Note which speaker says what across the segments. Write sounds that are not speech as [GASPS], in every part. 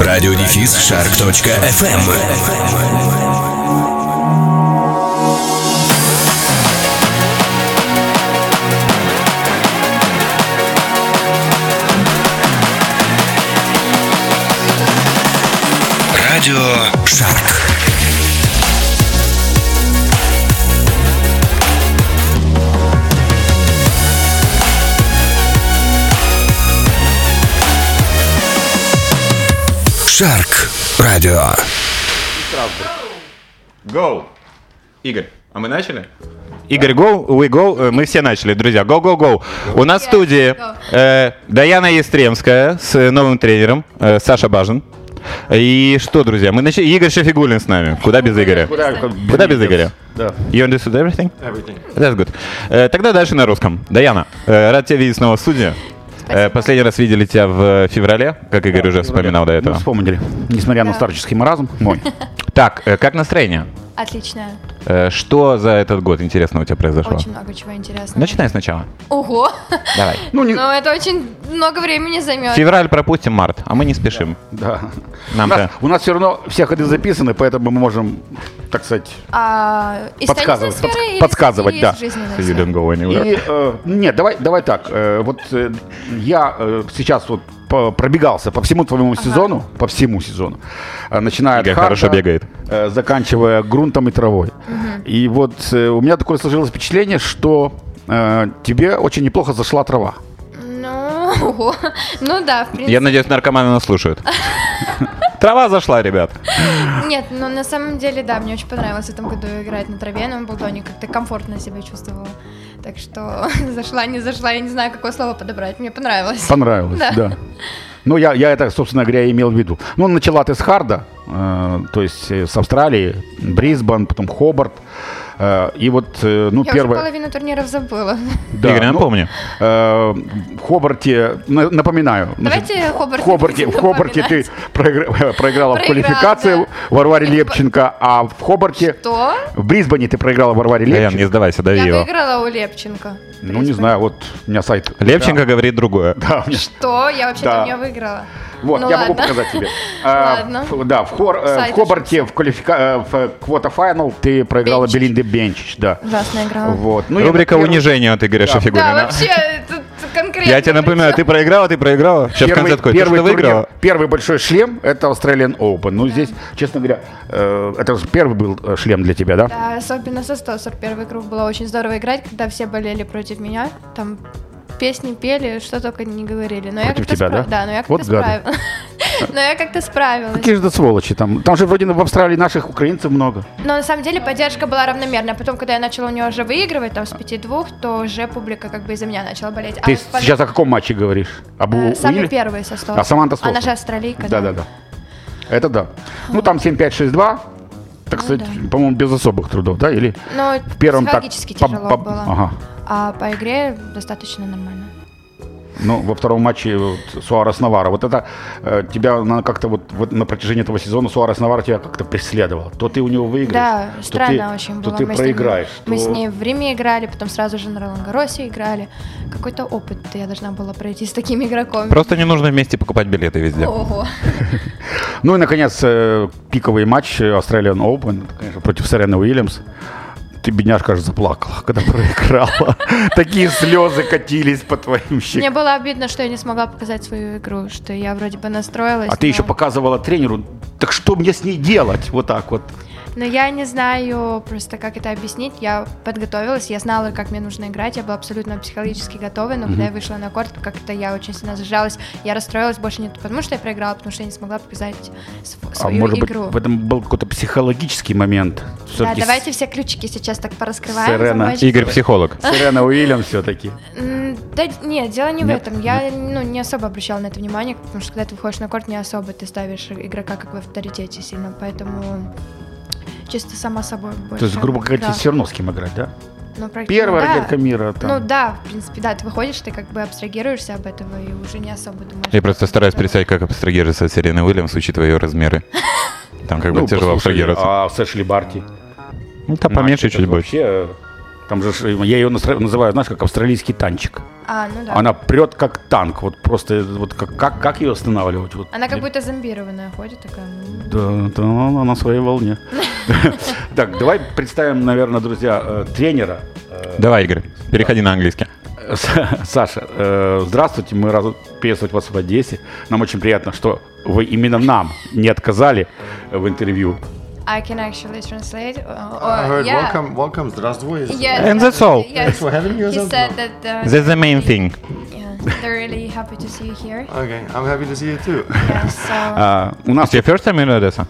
Speaker 1: Радиодефис Shark.fm Радио Шарк. Шарк. Радио.
Speaker 2: Go! Игорь, а мы начали? Игорь, go, we go, э, мы все начали, друзья. Go, go, go. У нас в студии э, Даяна Естремская с э, новым тренером, э, Саша Бажин. И что, друзья, мы начали. Игорь Шефигулин с нами. Куда без Игоря? Куда без Игоря?
Speaker 3: Да.
Speaker 2: You understood everything? That's good. Э, тогда дальше на русском. Даяна, э, рад тебя видеть снова в студии. Э, последний раз видели тебя в э, феврале, как Игорь уже вспоминал до
Speaker 3: Ну,
Speaker 2: этого.
Speaker 3: вспомнили. Несмотря на
Speaker 4: Да.
Speaker 3: старческий маразм, мой.
Speaker 2: Так, э, как настроение?
Speaker 4: Отлично.
Speaker 2: Э, Что за этот год интересного у тебя произошло?
Speaker 4: Очень много чего интересного.
Speaker 2: Начинай сначала.
Speaker 3: [LAUGHS]
Speaker 4: Ого!
Speaker 2: Давай.
Speaker 3: Ну, не...
Speaker 4: Ну, это очень много времени займет.
Speaker 2: Февраль пропустим, март, а мы не спешим.
Speaker 3: Да.
Speaker 2: Нам
Speaker 3: у, нас, у нас все равно все ходы записаны, поэтому мы можем, так сказать...
Speaker 4: А, из
Speaker 3: Подсказывать,
Speaker 4: теннисной сферы
Speaker 3: подск-
Speaker 4: или
Speaker 3: подсказывать,
Speaker 4: из- или
Speaker 3: да.
Speaker 4: из жизненной
Speaker 2: You
Speaker 4: сферы?
Speaker 2: don't go anywhere.
Speaker 3: И, э, нет, давай, давай так. э, вот э, я э, сейчас вот по- пробегался по всему твоему сезону, по всему сезону, э, начиная
Speaker 2: Игорь
Speaker 3: от харда,
Speaker 2: хорошо бегает.
Speaker 3: э, заканчивая грунтом и травой. И вот э, у меня такое сложилось впечатление, что э, тебе очень неплохо зашла трава.
Speaker 4: Ну, [LAUGHS] ого. Ну да, в принципе.
Speaker 2: Я надеюсь, наркоманы нас слушают.
Speaker 4: [LAUGHS]
Speaker 2: Трава зашла, ребят.
Speaker 4: Нет, но на самом деле, да, мне очень понравилось в этом году играть на траве, на Умблдоне, как-то комфортно себя чувствовала. Так что [LAUGHS] зашла, не зашла, я не знаю, какое слово подобрать, мне понравилось.
Speaker 3: Понравилось, да.
Speaker 4: Да.
Speaker 3: Ну, я, я это, собственно говоря, и имел в виду. Ну, начала ты с Харда, э, то есть э, с Австралии, Брисбен, потом Хобарт. э, и вот, э, ну,
Speaker 4: Я уже
Speaker 3: первое...
Speaker 4: половину турниров забыла. [LAUGHS]
Speaker 3: Да,
Speaker 2: Игорь,
Speaker 3: ну,
Speaker 2: напомни.
Speaker 3: э, в Хобарте, на- напоминаю. значит,
Speaker 4: Давайте Хобарт.
Speaker 3: в Хобарте, в
Speaker 4: будем
Speaker 3: Хобарте ты
Speaker 4: напоминать.
Speaker 3: проигра- [LAUGHS] проиграла в
Speaker 4: Проиграла,
Speaker 3: квалификации Варваре Лепченко, а в Хобарте...
Speaker 4: Что?
Speaker 3: В Брисбене ты проиграла Варваре
Speaker 2: Даян, не
Speaker 3: Лепченко.
Speaker 2: сдавайся, дави
Speaker 4: Я
Speaker 2: его.
Speaker 4: выиграла у Лепченко.
Speaker 3: Ну, не знаю, вот у меня сайт...
Speaker 2: Левченко говорит другое.
Speaker 3: Да, у меня-
Speaker 4: Что? Я вообще-то
Speaker 3: Да.
Speaker 4: у нее выиграла.
Speaker 3: Вот,
Speaker 4: Ну
Speaker 3: я могу
Speaker 4: ладно.
Speaker 3: показать
Speaker 4: [LAUGHS]
Speaker 3: тебе. А,
Speaker 4: Ладно.
Speaker 3: ф- Да, в, хор, э,
Speaker 4: Сайт
Speaker 3: в Хобарте в, квалифика... э, в квота-файнал ты проиграла
Speaker 4: Бенчич.
Speaker 3: Белинде Бенчич, да.
Speaker 4: Ужасно играла.
Speaker 3: Вот. Ну, и
Speaker 2: Рубрика
Speaker 3: первый-
Speaker 2: унижения от Игоря
Speaker 4: Да,
Speaker 2: Шафигулина.
Speaker 4: вообще, тут конкретно.
Speaker 2: Я тебе напоминаю, ты проиграла, ты проиграла. Сейчас в конце
Speaker 3: Первый,
Speaker 2: такой, ты
Speaker 3: первый,
Speaker 2: что
Speaker 3: турнир-
Speaker 2: выиграла?
Speaker 3: первый большой шлем – это Australian Open. Ну, здесь, честно говоря, э, это же первый был э, шлем для тебя, да?
Speaker 4: Да, особенно со Стосор первый круг было очень здорово играть, когда все болели против меня. Там песни пели, что только не говорили. Но я
Speaker 3: Против
Speaker 4: как-то
Speaker 3: тебя, да?
Speaker 4: спра- Да, но я
Speaker 3: Вот
Speaker 4: как-то
Speaker 3: гады.
Speaker 4: справилась. [LAUGHS] Но я как-то справилась.
Speaker 3: Какие же это сволочи там? Там же вроде в Австралии наших украинцев много.
Speaker 4: Но на самом деле поддержка была равномерная. А Потом, когда я начала у нее уже выигрывать, там с 5-2, то уже публика как бы из-за меня начала болеть. А
Speaker 3: Ты
Speaker 4: в пон-
Speaker 3: сейчас о каком матче говоришь? Об
Speaker 4: э,
Speaker 3: У-
Speaker 4: Самый
Speaker 3: Уилле?
Speaker 4: первый со Стосор.
Speaker 3: А Саманта Стосор.
Speaker 4: Она же австралийка.
Speaker 3: Да-да-да. Это да. Ну, там 7-5-6-2.
Speaker 4: Ну
Speaker 3: Так сказать, по-моему, без особых трудов, да? Или
Speaker 4: Но
Speaker 3: в первом так...
Speaker 4: психологически
Speaker 3: пап-
Speaker 4: тяжело
Speaker 3: пап-
Speaker 4: было.
Speaker 3: Ага.
Speaker 4: А по игре достаточно нормально.
Speaker 3: Ну, во втором матче вот, Суарес Навара. Вот это э, тебя на- как-то вот, вот на протяжении этого сезона Суарес Навара тебя как-то преследовал. То ты у него выиграешь,
Speaker 4: Да,
Speaker 3: то
Speaker 4: странно
Speaker 3: ты-
Speaker 4: очень
Speaker 3: то
Speaker 4: было.
Speaker 3: ты
Speaker 4: мы
Speaker 3: проиграешь.
Speaker 4: С ней, Мы
Speaker 3: то-
Speaker 4: с ней в Риме играли, потом сразу же на Ролангаросе играли. Какой-то опыт я должна была пройти с таким игроком.
Speaker 2: Просто не нужно вместе покупать билеты везде.
Speaker 4: Ого.
Speaker 3: Ну и, наконец, э, пиковый матч э, Australian Open, это, конечно, против Сарены Уильямс. Ты, бедняжка, аж заплакала, когда проиграла. [LAUGHS] Такие слезы катились по твоим
Speaker 4: Мне
Speaker 3: щекам.
Speaker 4: было обидно, что я не смогла показать свою игру, что я вроде бы настроилась.
Speaker 3: А ты
Speaker 4: но-
Speaker 3: еще показывала тренеру, так что мне с ней делать? Вот так вот.
Speaker 4: Но я не знаю просто, как это объяснить. Я подготовилась, я знала, как мне нужно играть. Я была абсолютно психологически готова, но когда я вышла на корт, как-то я очень сильно зажалась. Я расстроилась больше не потому, что я проиграла, а потому что я не смогла показать св-
Speaker 3: А
Speaker 4: свою
Speaker 3: может быть,
Speaker 4: игру.
Speaker 3: в этом был какой-то психологический момент.
Speaker 4: Да,
Speaker 3: Всё-таки
Speaker 4: давайте все ключики сейчас так пораскрываем.
Speaker 3: Сирена.
Speaker 4: замочки.
Speaker 2: Игорь психолог.
Speaker 3: Сирена Уильямс все-таки.
Speaker 4: М, Да нет, дело не
Speaker 3: Нет?
Speaker 4: в этом. Я ну, не особо обращала на это внимание, потому что когда ты выходишь на корт, не особо ты ставишь игрока как в авторитете сильно, поэтому чисто сама собой больше.
Speaker 3: То есть, грубо говоря, тебе
Speaker 4: Да.
Speaker 3: все равно с кем играть, да?
Speaker 4: Ну, практи-
Speaker 3: Первая
Speaker 4: ну, да.
Speaker 3: ракетка мира.
Speaker 4: Ну
Speaker 3: Там.
Speaker 4: да, в принципе, да, ты выходишь, ты как бы абстрагируешься об этого и уже не особо думаешь.
Speaker 2: Я просто стараюсь
Speaker 4: Да.
Speaker 2: представить, как абстрагироваться от Сирены Уильямс, учитывая ее размеры. Там как бы тяжело
Speaker 3: Ну, послушай,
Speaker 2: абстрагироваться.
Speaker 3: А с Эшли Барти?
Speaker 2: Ну, там поменьше
Speaker 3: Значит,
Speaker 2: чуть
Speaker 3: это
Speaker 2: больше.
Speaker 3: Вообще, э, Там же, ж, я ее настра- называю, знаешь, как австралийский танчик.
Speaker 4: А, ну да.
Speaker 3: Она прет как танк, вот просто, э, вот как, как, как ее останавливать? Вот.
Speaker 4: Она как будто зомбированная ходит такая. м.
Speaker 3: Да, да, она на
Speaker 4: [LAUGHS]
Speaker 3: своей волне. Так, давай представим, наверное, друзья, э, тренера. Э,
Speaker 2: Давай, Игорь, переходи на английский.
Speaker 3: С- Саша, э, здравствуйте, мы рады приветствовать вас в Одессе. Нам очень приятно, что вы именно нам не отказали в интервью.
Speaker 4: I can actually translate. uh,
Speaker 5: I
Speaker 4: or-
Speaker 5: heard
Speaker 4: yeah.
Speaker 5: welcome, welcome, здравствуй.
Speaker 4: Yeah,
Speaker 2: And
Speaker 4: yeah,
Speaker 2: that's all.
Speaker 4: yeah.
Speaker 5: Thanks for having me,
Speaker 4: He
Speaker 5: Ozan.
Speaker 4: said that uh,
Speaker 2: That's the main thing.
Speaker 4: yeah, they're really happy to see you
Speaker 5: [LAUGHS]
Speaker 4: here.
Speaker 5: Okay, I'm happy to see you too. [LAUGHS]
Speaker 4: Yeah, so
Speaker 2: А, у нас... It's your first time in Odessa?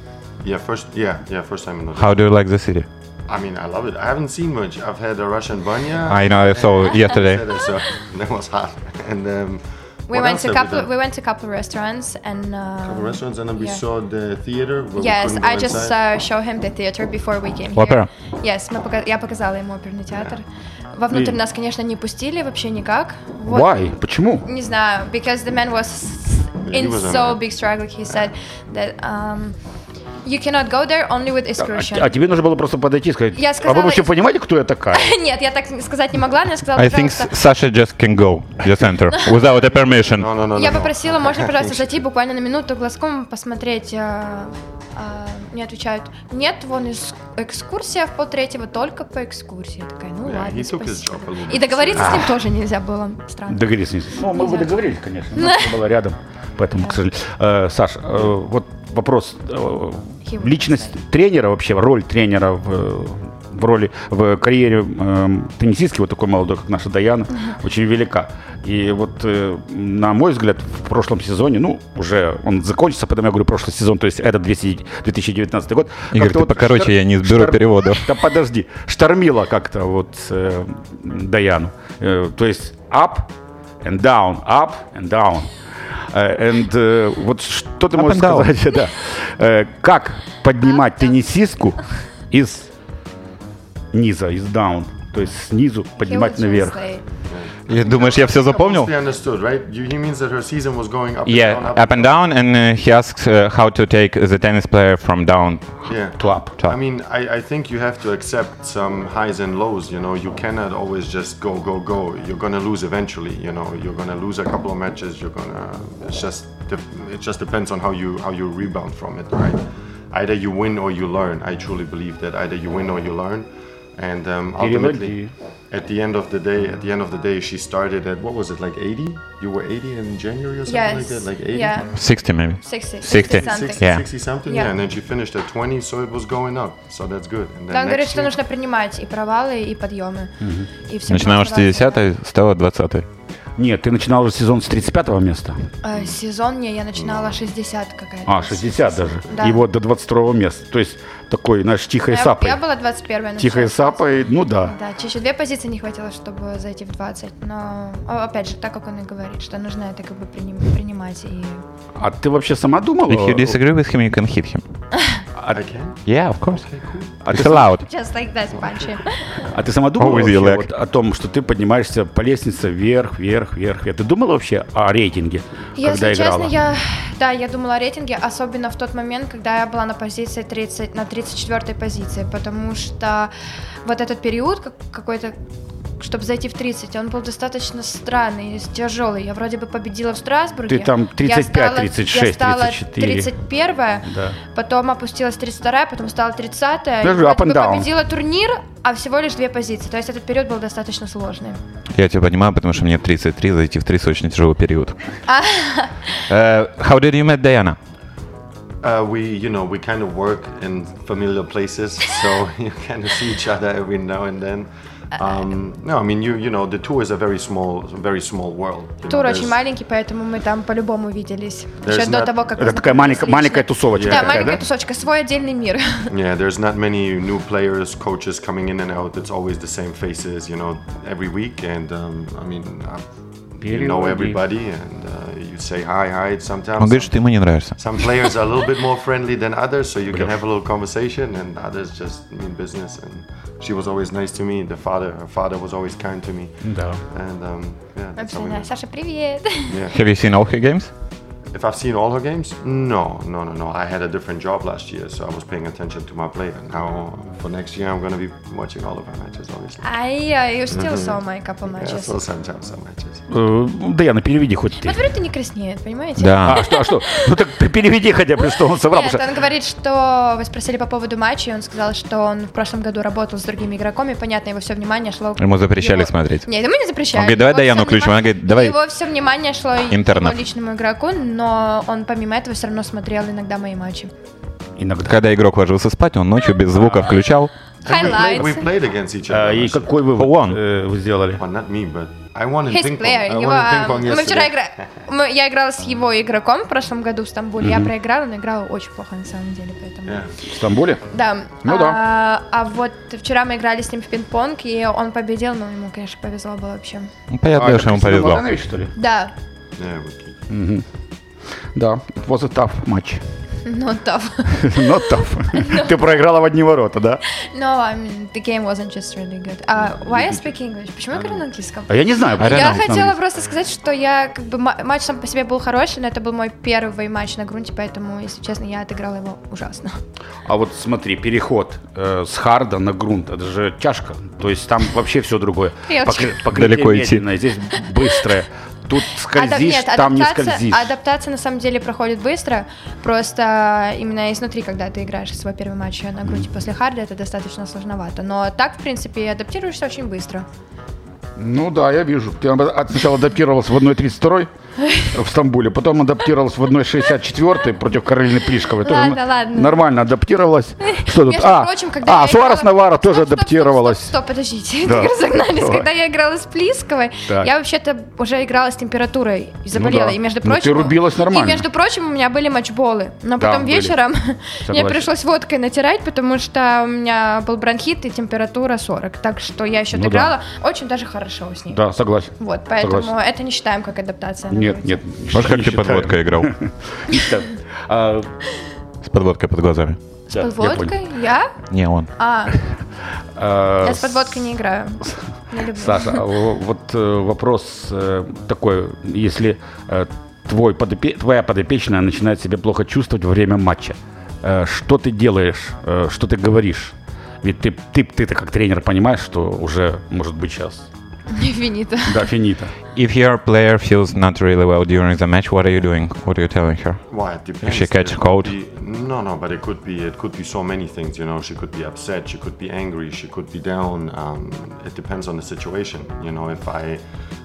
Speaker 5: Yeah, first, yeah, yeah, first time in the.
Speaker 2: How do you like the city?
Speaker 5: I mean, I love it. I haven't seen much. I've had a Russian banya.
Speaker 2: I know, I saw yesterday.
Speaker 5: Said it, so [LAUGHS] that was hot. And um,
Speaker 4: we
Speaker 5: what
Speaker 4: went
Speaker 5: else
Speaker 4: to
Speaker 5: have
Speaker 4: couple
Speaker 5: done?
Speaker 4: we went to couple restaurants and uh,
Speaker 5: Couple restaurants, and then we
Speaker 4: yeah.
Speaker 5: saw the theater. Where we
Speaker 4: Yes,
Speaker 5: couldn't go
Speaker 4: I just
Speaker 5: inside.
Speaker 4: uh, show him the theater before we came
Speaker 2: Opera.
Speaker 4: here. Yes, мы пока- я показала ему оперный театр. Вовнутрь нас, конечно, не пустили вообще никак. Вот.
Speaker 3: Why? Почему?
Speaker 4: Не знаю, because the man was
Speaker 5: He
Speaker 4: in
Speaker 5: was on
Speaker 4: so
Speaker 5: it.
Speaker 4: big struggle. He said that um, you cannot go there only with
Speaker 3: А,
Speaker 4: excursion.
Speaker 3: а тебе нужно было просто подойти и сказать,
Speaker 4: Я
Speaker 3: а вы
Speaker 4: сказала-
Speaker 3: вообще понимаете, кто я такая?
Speaker 4: [LAUGHS] Нет, я так сказать не могла, но я сказала,
Speaker 2: I think
Speaker 4: пожалуйста.
Speaker 2: S- Sasha just can go, just enter, without a permission.
Speaker 5: No, no, no, no.
Speaker 4: Я
Speaker 3: [LAUGHS]
Speaker 5: no.
Speaker 4: попросила, можно, пожалуйста, зайти буквально на минуту глазком посмотреть. э, э, Мне отвечают, нет, вон из- экскурсия в полтретьего, только по экскурсии. Я такая, ну
Speaker 5: Yeah,
Speaker 4: ладно,
Speaker 5: he took his
Speaker 4: спасибо.
Speaker 5: job a little
Speaker 4: И
Speaker 5: bit.
Speaker 4: договориться с ним тоже нельзя было. Странно.
Speaker 3: Договорились. с ней. Ну, мы бы договорились, конечно. но она была рядом. Поэтому, к сожалению. Э, Саш, э, вот вопрос. э,
Speaker 4: Его
Speaker 3: Личность тренера вообще, роль тренера в, э, в роли, в карьере э, теннисистки, вот такой молодой, как наша Даяна, очень велика. И вот, э, на мой взгляд, в прошлом сезоне, ну, уже он закончится, потому я говорю прошлый сезон, то есть это 200 2019 год.
Speaker 2: Игорь,
Speaker 3: как-то
Speaker 2: ты покороче, я не сберу переводов.
Speaker 3: Да подожди, штормила как-то вот э, Даяну. Э, то есть up and down, up and down. Э, And э, вот что ты
Speaker 2: Up
Speaker 3: можешь
Speaker 2: and down.
Speaker 3: сказать? [LAUGHS] Да. Э, как поднимать теннисистку из низа, из down? То есть снизу поднимать
Speaker 4: He will
Speaker 3: наверх.
Speaker 4: translate.
Speaker 2: И Думаешь, я все запомнил?
Speaker 5: Mostly understood, right? You- He means that her season was going up
Speaker 2: Yeah,
Speaker 5: and down.
Speaker 2: up and down, and uh, he asks uh, how to take the tennis player from down
Speaker 5: Yeah.
Speaker 2: to up. To
Speaker 5: I
Speaker 2: up.
Speaker 5: mean, I, I think you have to accept some highs and lows. You know, you cannot always just go, go, go. You're gonna lose eventually. You know, you're gonna lose a couple of matches. You're gonna. It's just. def- It just depends on how you how you rebound from it, right? Either you win or you learn. I truly believe that either you win or you learn, and um, ultimately, at the end of the day, at the end of the day, she started at what was it like 80? You were 80 in January or something
Speaker 3: ну,
Speaker 5: like
Speaker 4: Yes,
Speaker 5: that, like 80.
Speaker 4: yeah,
Speaker 2: 60 maybe. 60.
Speaker 4: 60, 60 something.
Speaker 5: 60,
Speaker 2: Yeah.
Speaker 5: 60 something,
Speaker 4: Yeah.
Speaker 5: yeah. and then she finished at 20, so it was going up, so that's good. And then
Speaker 4: Да, он говорит,
Speaker 5: next
Speaker 4: что
Speaker 5: year-
Speaker 4: нужно принимать и провалы, и подъемы. И всё
Speaker 2: Начинаем с
Speaker 4: просто
Speaker 2: 60 стало 20
Speaker 3: Нет, ты начинал же сезон с 35 места.
Speaker 4: важно. Э, Сезон мне я начинала 60 какая-то.
Speaker 3: А, 60 даже.
Speaker 4: Да.
Speaker 3: И вот до 22 места. То есть такой, знаешь, тихой
Speaker 4: Я,
Speaker 3: сапой.
Speaker 4: я была 21
Speaker 3: Тихой сапой, ну да.
Speaker 4: Да, чаще две позиции не хватило, чтобы зайти в 20. Но о, опять же, так как он и говорит, что нужно это как бы приним- принимать и.
Speaker 3: А ты вообще сама думала?
Speaker 2: If you disagree with him, you can hit him.
Speaker 5: I can.
Speaker 2: Yeah, of course.
Speaker 5: Okay, cool.
Speaker 3: А ты
Speaker 2: It's
Speaker 3: сам-
Speaker 2: allowed.
Speaker 4: Just like that, punchy.
Speaker 3: А ты сама думала
Speaker 2: Oh, with
Speaker 3: вообще
Speaker 2: your leg.
Speaker 3: вот о том, что ты поднимаешься по лестнице вверх, вверх, вверх? вверх? Ты думала вообще о рейтинге, когда
Speaker 4: Если
Speaker 3: играла?
Speaker 4: честно, я. Да, я думала о рейтинге, особенно в тот момент, когда я была на позиции 30, на 34 позиции, потому что вот этот период как- какой-то чтобы зайти в 30, он был достаточно странный, тяжелый. Я вроде бы победила в Страсбурге.
Speaker 3: Ты там 35,
Speaker 4: я стала,
Speaker 3: 36,
Speaker 4: я стала
Speaker 3: 34.
Speaker 4: 31
Speaker 3: Да.
Speaker 4: Потом опустилась 32 потом стала 30 Я
Speaker 3: Подожди, up and down.
Speaker 4: победила турнир, а всего лишь две позиции. То есть этот период был достаточно сложный.
Speaker 2: Я тебя понимаю, потому что мне 33, зайти в 30 очень тяжелый
Speaker 4: [LAUGHS]
Speaker 2: период. Э, How did you meet Diana?
Speaker 5: Uh, we, you know, we kind of work in familiar places, [LAUGHS] so you kind of see each other every now and then.
Speaker 4: Uh,
Speaker 5: Um, no, I mean, you, you know, the tour is a very small, very small world. you know,
Speaker 2: Ну,
Speaker 4: Тур
Speaker 5: there's-
Speaker 4: очень маленький, поэтому мы там по-любому виделись.
Speaker 5: There's
Speaker 4: Еще до
Speaker 5: not-
Speaker 4: того, как мы
Speaker 3: Это такая маленькая,
Speaker 4: познакомились
Speaker 3: маленькая
Speaker 4: лично.
Speaker 3: тусовочка.
Speaker 4: Да,
Speaker 3: такая,
Speaker 4: маленькая тусочка, свой отдельный
Speaker 2: [LAUGHS]
Speaker 4: мир.
Speaker 5: Yeah, there's not many new players, coaches coming in and out. It's always the same faces, you know, every week. And um, I mean, uh, you know
Speaker 3: Переводи.
Speaker 5: everybody, and uh, you say hi, hi. Sometimes
Speaker 2: Он говорит, что ты ему не нравишься.
Speaker 5: Some players are a little bit more friendly than others, so you can have a little conversation, and others just mean business. And she was always nice to me. The father, her father was always kind to me.
Speaker 3: Да.
Speaker 5: And um, yeah, that's how
Speaker 4: Вообще,
Speaker 5: we
Speaker 4: да.
Speaker 5: met.
Speaker 4: Саша, привет. [LAUGHS]
Speaker 5: Yeah.
Speaker 2: Have you seen all her games?
Speaker 5: If I've seen all her games? No, no, no, no. I had a different job last year, so I was paying attention to my play. And now for next year, I'm going to be watching all of her matches, obviously.
Speaker 4: I uh, you still saw my couple
Speaker 5: Yeah,
Speaker 4: matches.
Speaker 5: so sometimes some matches.
Speaker 3: Э, Даяна, переведи хоть ты.
Speaker 4: Вот говорит, не краснеет, понимаете?
Speaker 2: Да.
Speaker 3: А что, а что? Ну так ты переведи хотя бы, что он соврал.
Speaker 4: Нет,
Speaker 3: потому
Speaker 4: он говорит, что вы спросили по поводу матча, и он сказал, что он в прошлом году работал с другими игроками, понятно, его все внимание шло...
Speaker 2: Ему запрещали
Speaker 4: его-
Speaker 2: смотреть.
Speaker 4: Нет, ему не запрещали.
Speaker 2: Он говорит, «Давай
Speaker 4: Его всё
Speaker 2: Даяну включим». Она
Speaker 4: внимание-
Speaker 2: говорит, «Давай
Speaker 4: Его все внимание шло и к
Speaker 2: интернов».
Speaker 4: его личному игроку, но он помимо этого все равно смотрел иногда мои матчи.
Speaker 3: что Иногда.
Speaker 2: Когда игрок ложился спать, он ночью без звука включал.
Speaker 5: And we, played, we
Speaker 4: Highlights.
Speaker 5: played against each
Speaker 3: А,
Speaker 5: other.
Speaker 3: И
Speaker 5: last year.
Speaker 3: какой вывод
Speaker 2: One.
Speaker 3: э, вы сделали?
Speaker 5: Well, not me, but I won in
Speaker 4: His
Speaker 5: ping pong.
Speaker 4: player,
Speaker 3: Э,
Speaker 4: um,
Speaker 5: I
Speaker 4: его, э,
Speaker 5: won in ping pong
Speaker 4: мы вчера
Speaker 5: yesterday.
Speaker 4: игра- мы- Я играла с его игроком в прошлом году в Стамбуле. Я проиграла, но играла очень плохо на самом деле, поэтому.
Speaker 5: Yeah.
Speaker 3: В Стамбуле?
Speaker 4: Да.
Speaker 3: Ну
Speaker 4: а,
Speaker 3: да.
Speaker 4: А вот вчера мы играли с ним в пинг-понг, и он победил, но ему, конечно, повезло было вообще.
Speaker 2: Ну, Понятно,
Speaker 3: А,
Speaker 2: что ему
Speaker 3: это Кристина
Speaker 2: повезло.
Speaker 3: Младанович, что ли?
Speaker 4: Да,
Speaker 5: Yeah, we-
Speaker 3: Да, it was a tough матч.
Speaker 4: но [LAUGHS] tough.
Speaker 3: [LAUGHS] Not tough. [LAUGHS] Ты проиграла в одни ворота, да?
Speaker 4: No, I mean, the game wasn't just really good. А, why I speak English? Почему я говорю на английском?
Speaker 3: Ну, А я не знаю. почему
Speaker 4: Я
Speaker 3: на самом
Speaker 4: хотела
Speaker 3: деле.
Speaker 4: просто сказать, что я как бы ма- матч сам по себе был хороший, но это был мой первый матч на грунте, поэтому, если честно, я отыграла его ужасно.
Speaker 3: А вот смотри, переход э, с харда на грунт, это же тяжко. То есть там вообще все другое.
Speaker 4: Я
Speaker 3: По,
Speaker 4: очень-
Speaker 3: кри- по крыльям
Speaker 2: Далеко идти.
Speaker 3: медленно, здесь быстрое. Тут
Speaker 4: Адап-
Speaker 3: скользишь,
Speaker 4: нет,
Speaker 3: там не
Speaker 4: адаптация-
Speaker 3: скользишь.
Speaker 4: Адаптация на самом деле проходит быстро, просто э, именно изнутри, когда ты играешь свой первый матч на грунте после харда, это достаточно сложновато. Но так, в принципе, адаптируешься очень быстро.
Speaker 3: Ну да, я вижу. Ты об- сначала адаптировался в 1.32 в Стамбуле, потом адаптировалась в 1.64 против Каролины Плишковой. Тоже
Speaker 4: Ладно,
Speaker 3: н-
Speaker 4: ладно.
Speaker 3: Нормально адаптировалась. Что тут?
Speaker 4: Между
Speaker 3: А,
Speaker 4: прочим, когда
Speaker 3: а
Speaker 4: я
Speaker 3: Суарес
Speaker 4: играла-
Speaker 3: Навара
Speaker 4: Стоп,
Speaker 3: тоже
Speaker 4: стоп, стоп,
Speaker 3: адаптировалась.
Speaker 4: Стоп, стоп, подождите,
Speaker 3: Да.
Speaker 4: разогнались.
Speaker 3: Давай.
Speaker 4: Когда я играла с Плисковой,
Speaker 3: Так.
Speaker 4: я вообще-то уже играла с температурой и заболела.
Speaker 3: да.
Speaker 4: И между
Speaker 3: Ну, ты
Speaker 4: прочим...
Speaker 3: рубилась нормально.
Speaker 4: И между прочим, у меня были матчболы. Но
Speaker 3: Да,
Speaker 4: потом
Speaker 3: были.
Speaker 4: вечером [LAUGHS] мне
Speaker 3: Согласен.
Speaker 4: пришлось водкой натирать, потому что у меня был бронхит и температура 40. Так что я еще
Speaker 3: Ну да.
Speaker 4: играла очень даже хорошо с ней.
Speaker 3: Да, согласен.
Speaker 4: Вот, поэтому
Speaker 3: Согласен.
Speaker 4: это не считаем как адаптация. на
Speaker 3: Нет,
Speaker 4: грудь.
Speaker 3: нет.
Speaker 2: Может, как ты под водкой играл?
Speaker 3: А,
Speaker 2: С подводкой под глазами.
Speaker 4: С
Speaker 3: да, я
Speaker 4: подводкой? Я?
Speaker 2: Не, он.
Speaker 4: А,
Speaker 3: понял. А,
Speaker 4: я с подводкой не
Speaker 3: [LAUGHS]
Speaker 4: играю. Не люблю. [LAUGHS]
Speaker 3: Саша, а во- вот э, вопрос э, такой, если э, твой подопе- твоя подопечная начинает себя плохо чувствовать во время матча, э, что ты делаешь, э, что ты говоришь? Ведь ты, ты, ты-то как тренер понимаешь, что уже может быть сейчас.
Speaker 4: Финита.
Speaker 3: Да, финита.
Speaker 2: If your player feels not really well during the match, what are you doing? What are you telling her?
Speaker 5: Why it depends.
Speaker 2: she catch
Speaker 5: It could
Speaker 2: cold?
Speaker 5: be- no, no, but it could be. It could be so many things. You know, she could be upset. She could be angry. She could be down. Um, it depends on the situation. You know, if I,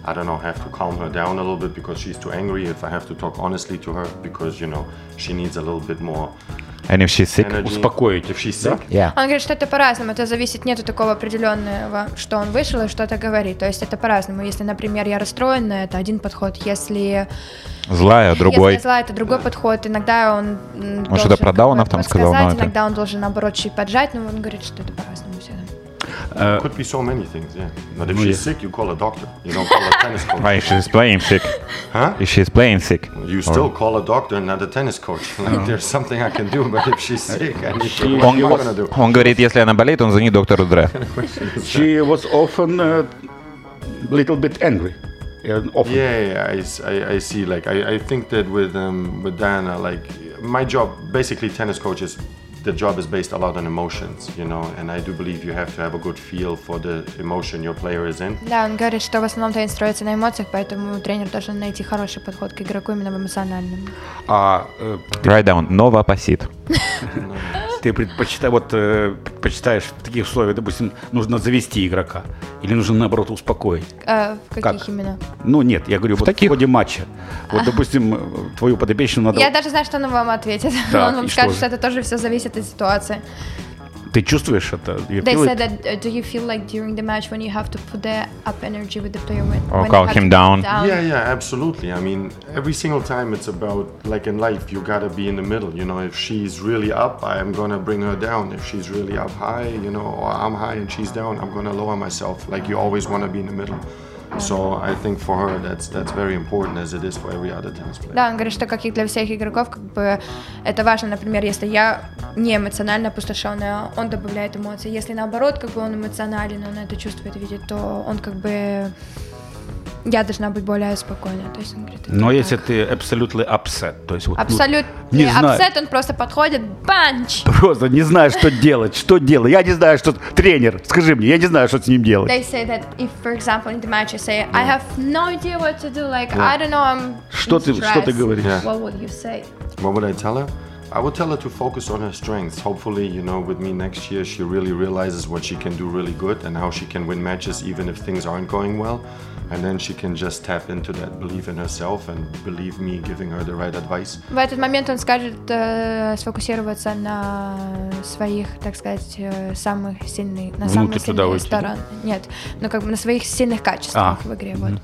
Speaker 5: I don't know, have to calm her down a little bit because she's too angry. If I have to talk honestly to her because you know she needs a little bit more
Speaker 2: And if she's sick?
Speaker 5: energy.
Speaker 3: Успокоить.
Speaker 5: If she's sick,
Speaker 4: Он говорит, что это по-разному, это зависит, нету такого определенного, что он вышел и что-то говорит. То есть это по-разному. Если, например, я расстроена, это один подход. Если,
Speaker 2: Злая, другой.
Speaker 4: если я зла, это другой подход. Иногда он м, должен
Speaker 2: что-то про даунов
Speaker 4: какой-то
Speaker 2: там сказал, но
Speaker 4: подсказать,
Speaker 2: это-
Speaker 4: Иногда он должен, наоборот, чуть поджать, но он говорит, что это по-разному всегда.
Speaker 5: it could be so many things. Yeah. But if
Speaker 3: Ну,
Speaker 5: she's
Speaker 3: yeah.
Speaker 5: sick, you call a doctor. You don't call a tennis coach.
Speaker 2: Why she's playing sick?
Speaker 5: Huh?
Speaker 2: If she's playing sick.
Speaker 5: You still call a doctor, not a tennis coach. [LAUGHS] Like, there's something I can do, but if she's sick, I need to. What
Speaker 2: Он,
Speaker 5: am I gonna do?
Speaker 2: он говорит, если она болеет, он звонит доктору Дре.
Speaker 3: She was often a little bit angry. And often.
Speaker 5: Yeah, yeah, I s- I, I see. Like, I, I think that with um, with Diana, like, my job, basically, tennis coaches, the job is based a lot on emotions, you know. And I do believe you have to have a good feel for the emotion your player is in.
Speaker 4: Да, он говорит, что в основном тренер строится на эмоциях, поэтому тренер должен найти хороший подход к игроку именно в эмоциональном.
Speaker 3: А э,
Speaker 2: Write down. Новопосит.
Speaker 3: Ты предпочита, вот, э, предпочитаешь в таких условиях, допустим, нужно завести игрока или нужно, наоборот, успокоить?
Speaker 4: Э, в каких
Speaker 3: Как?
Speaker 4: именно?
Speaker 3: Ну, нет, я говорю, вот
Speaker 2: таких?
Speaker 3: в ходе матча. Вот, допустим, э, твою подопечную надо...
Speaker 4: Я даже знаю, что он вам ответит.
Speaker 3: Ну.
Speaker 4: [LAUGHS]
Speaker 3: Да,
Speaker 4: он вам
Speaker 3: и что
Speaker 4: скажет,
Speaker 3: же?
Speaker 4: что это тоже все зависит от ситуации.
Speaker 3: Ты чувствуешь это? You
Speaker 4: They
Speaker 3: feel it?
Speaker 4: said that uh, do you feel like during the match when you have to put the up energy with the player when,
Speaker 2: Or
Speaker 3: Oh,
Speaker 4: when you
Speaker 2: calm
Speaker 4: have
Speaker 2: him
Speaker 4: to
Speaker 2: down.
Speaker 5: Yeah, yeah, absolutely. I mean, every single time it's about like in life, you gotta be in the middle. You know, if she's really up, I'm gonna bring her down. If she's really up high, you know, or I'm high and she's down, I'm gonna lower myself. Like you always wanna be in the middle. So I think for her, that's that's very important, as it is for every other tennis player.
Speaker 4: Да, он говорит, что как и для всех игроков, как бы это важно, например, если я не эмоционально опустошенная, он добавляет эмоции. Если наоборот, как бы он эмоционален, он это чувствует, видит, то он как бы я должна быть более спокойной. То есть он говорит,
Speaker 3: Но
Speaker 4: «Это
Speaker 3: если
Speaker 4: так».
Speaker 3: ты абсолютно upset, то есть вот, ну,
Speaker 4: Абсолютно
Speaker 3: не
Speaker 4: не
Speaker 3: знаю.
Speaker 4: апсет, он просто подходит, банч!
Speaker 3: просто не знаешь, что делать, что делать. Я не знаю, что... Тренер, скажи мне, я не знаю, что с ним делать.
Speaker 4: They say that if, for example, in the match you say, I have no idea what to do, like, I don't know, I'm
Speaker 3: Mm. Что ты- что ты
Speaker 4: stressed».
Speaker 3: говоришь?
Speaker 5: Yeah.
Speaker 4: What would you say?
Speaker 5: What would I tell her? I would tell her to focus on her strengths. Hopefully, you know, with me next year, she really realizes what she can do really good and how she can win matches even if things aren't going well. And then she can just tap into that belief in herself and believe me giving her the right advice.
Speaker 4: В этот момент он скажет э, сфокусироваться на своих, так сказать, э, самых сильных, на
Speaker 3: Внутрь
Speaker 4: самых
Speaker 3: туда
Speaker 4: сильных
Speaker 3: уйти, да?
Speaker 4: сторон. Нет, ну как бы на своих сильных качествах
Speaker 3: А.
Speaker 4: в игре, вот.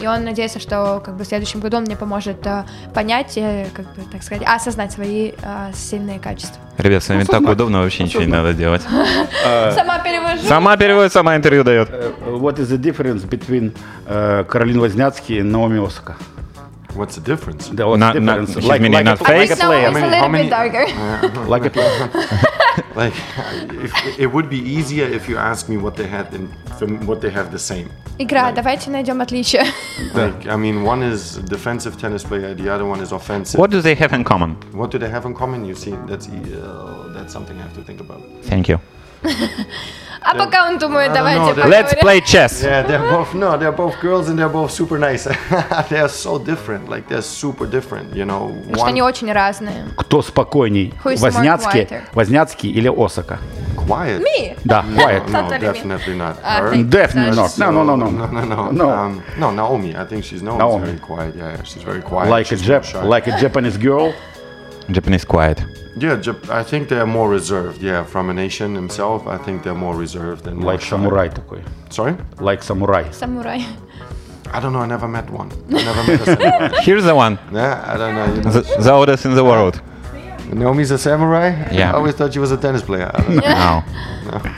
Speaker 4: И он надеется, что как бы в следующем году он мне поможет э, понять, э, как бы, так сказать, осознать свои э, сильные качества.
Speaker 2: Ребят, с вами так удобно, вообще ничего не надо делать.
Speaker 3: Э,
Speaker 4: Сама перевожу.
Speaker 2: Сама переводит, сама интервью дает.
Speaker 3: What is the difference between э, Каролин Возняцкий и Наоми Осака?
Speaker 5: What's the difference?
Speaker 3: Да, what's
Speaker 2: На-
Speaker 3: the [LAUGHS]
Speaker 2: на-
Speaker 3: difference?
Speaker 2: she's meaning
Speaker 3: a-
Speaker 2: not
Speaker 4: I
Speaker 2: face?
Speaker 3: like a
Speaker 4: think now
Speaker 3: player.
Speaker 4: it's a
Speaker 5: many-
Speaker 4: little
Speaker 5: how many-
Speaker 4: bit darker.
Speaker 3: Like a player.
Speaker 5: [LAUGHS] Like, if, it would be easier if you asked me what they had in, from what they have the same.
Speaker 4: Игра, давайте найдем отличие.
Speaker 5: Like, I mean, one is defensive tennis player, the other one is offensive.
Speaker 2: What do they have in common?
Speaker 5: What do they have in common? You see, that's uh, that's something I have to think about.
Speaker 2: Thank you.
Speaker 4: А пока он думает,
Speaker 5: I don't
Speaker 3: Ну,
Speaker 4: давайте
Speaker 5: know, that-
Speaker 2: Let's
Speaker 4: поговорим.
Speaker 2: play chess.
Speaker 5: [LAUGHS] Yeah, they're both no, they're both girls and they're both super nice. [LAUGHS] they are so different, like they're super different, you know.
Speaker 4: Потому Что они очень разные.
Speaker 3: Кто спокойней,
Speaker 4: Who is more
Speaker 3: Возняцкий,
Speaker 4: quieter?
Speaker 3: Возняцкий или Осака?
Speaker 5: quiet.
Speaker 4: Me.
Speaker 3: Да, quiet.
Speaker 5: No,
Speaker 4: Totally me. Ah,
Speaker 5: definitely not.
Speaker 4: I
Speaker 5: Her?
Speaker 4: think-
Speaker 3: Definitely not. No, no, no, no.
Speaker 5: no, no, no.
Speaker 3: No.
Speaker 5: Um, no, Naomi. I think she's Naomi's
Speaker 3: Naomi.
Speaker 5: very quiet. Yeah, yeah, she's very quiet.
Speaker 3: Like a,
Speaker 5: she's not
Speaker 3: Jap-
Speaker 5: shy.
Speaker 3: like a Japanese girl.
Speaker 2: Japanese quiet.
Speaker 5: yeah, Jap- I think they're more reserved. Yeah, from a nation himself, I think they're more reserved and more
Speaker 3: Like
Speaker 5: shy.
Speaker 3: самурай такой.
Speaker 5: Sorry,
Speaker 3: Like самурай.
Speaker 4: Самурай.
Speaker 5: I don't know. I never met one. I never [LAUGHS] met a samurai.
Speaker 2: Here's the one.
Speaker 5: yeah, I don't know. You know.
Speaker 2: The, the oldest in the world.
Speaker 5: Naomi's a samurai.
Speaker 2: Yeah.
Speaker 5: I always thought she was a tennis player.
Speaker 4: [LAUGHS]
Speaker 5: I don't know.
Speaker 2: Ау.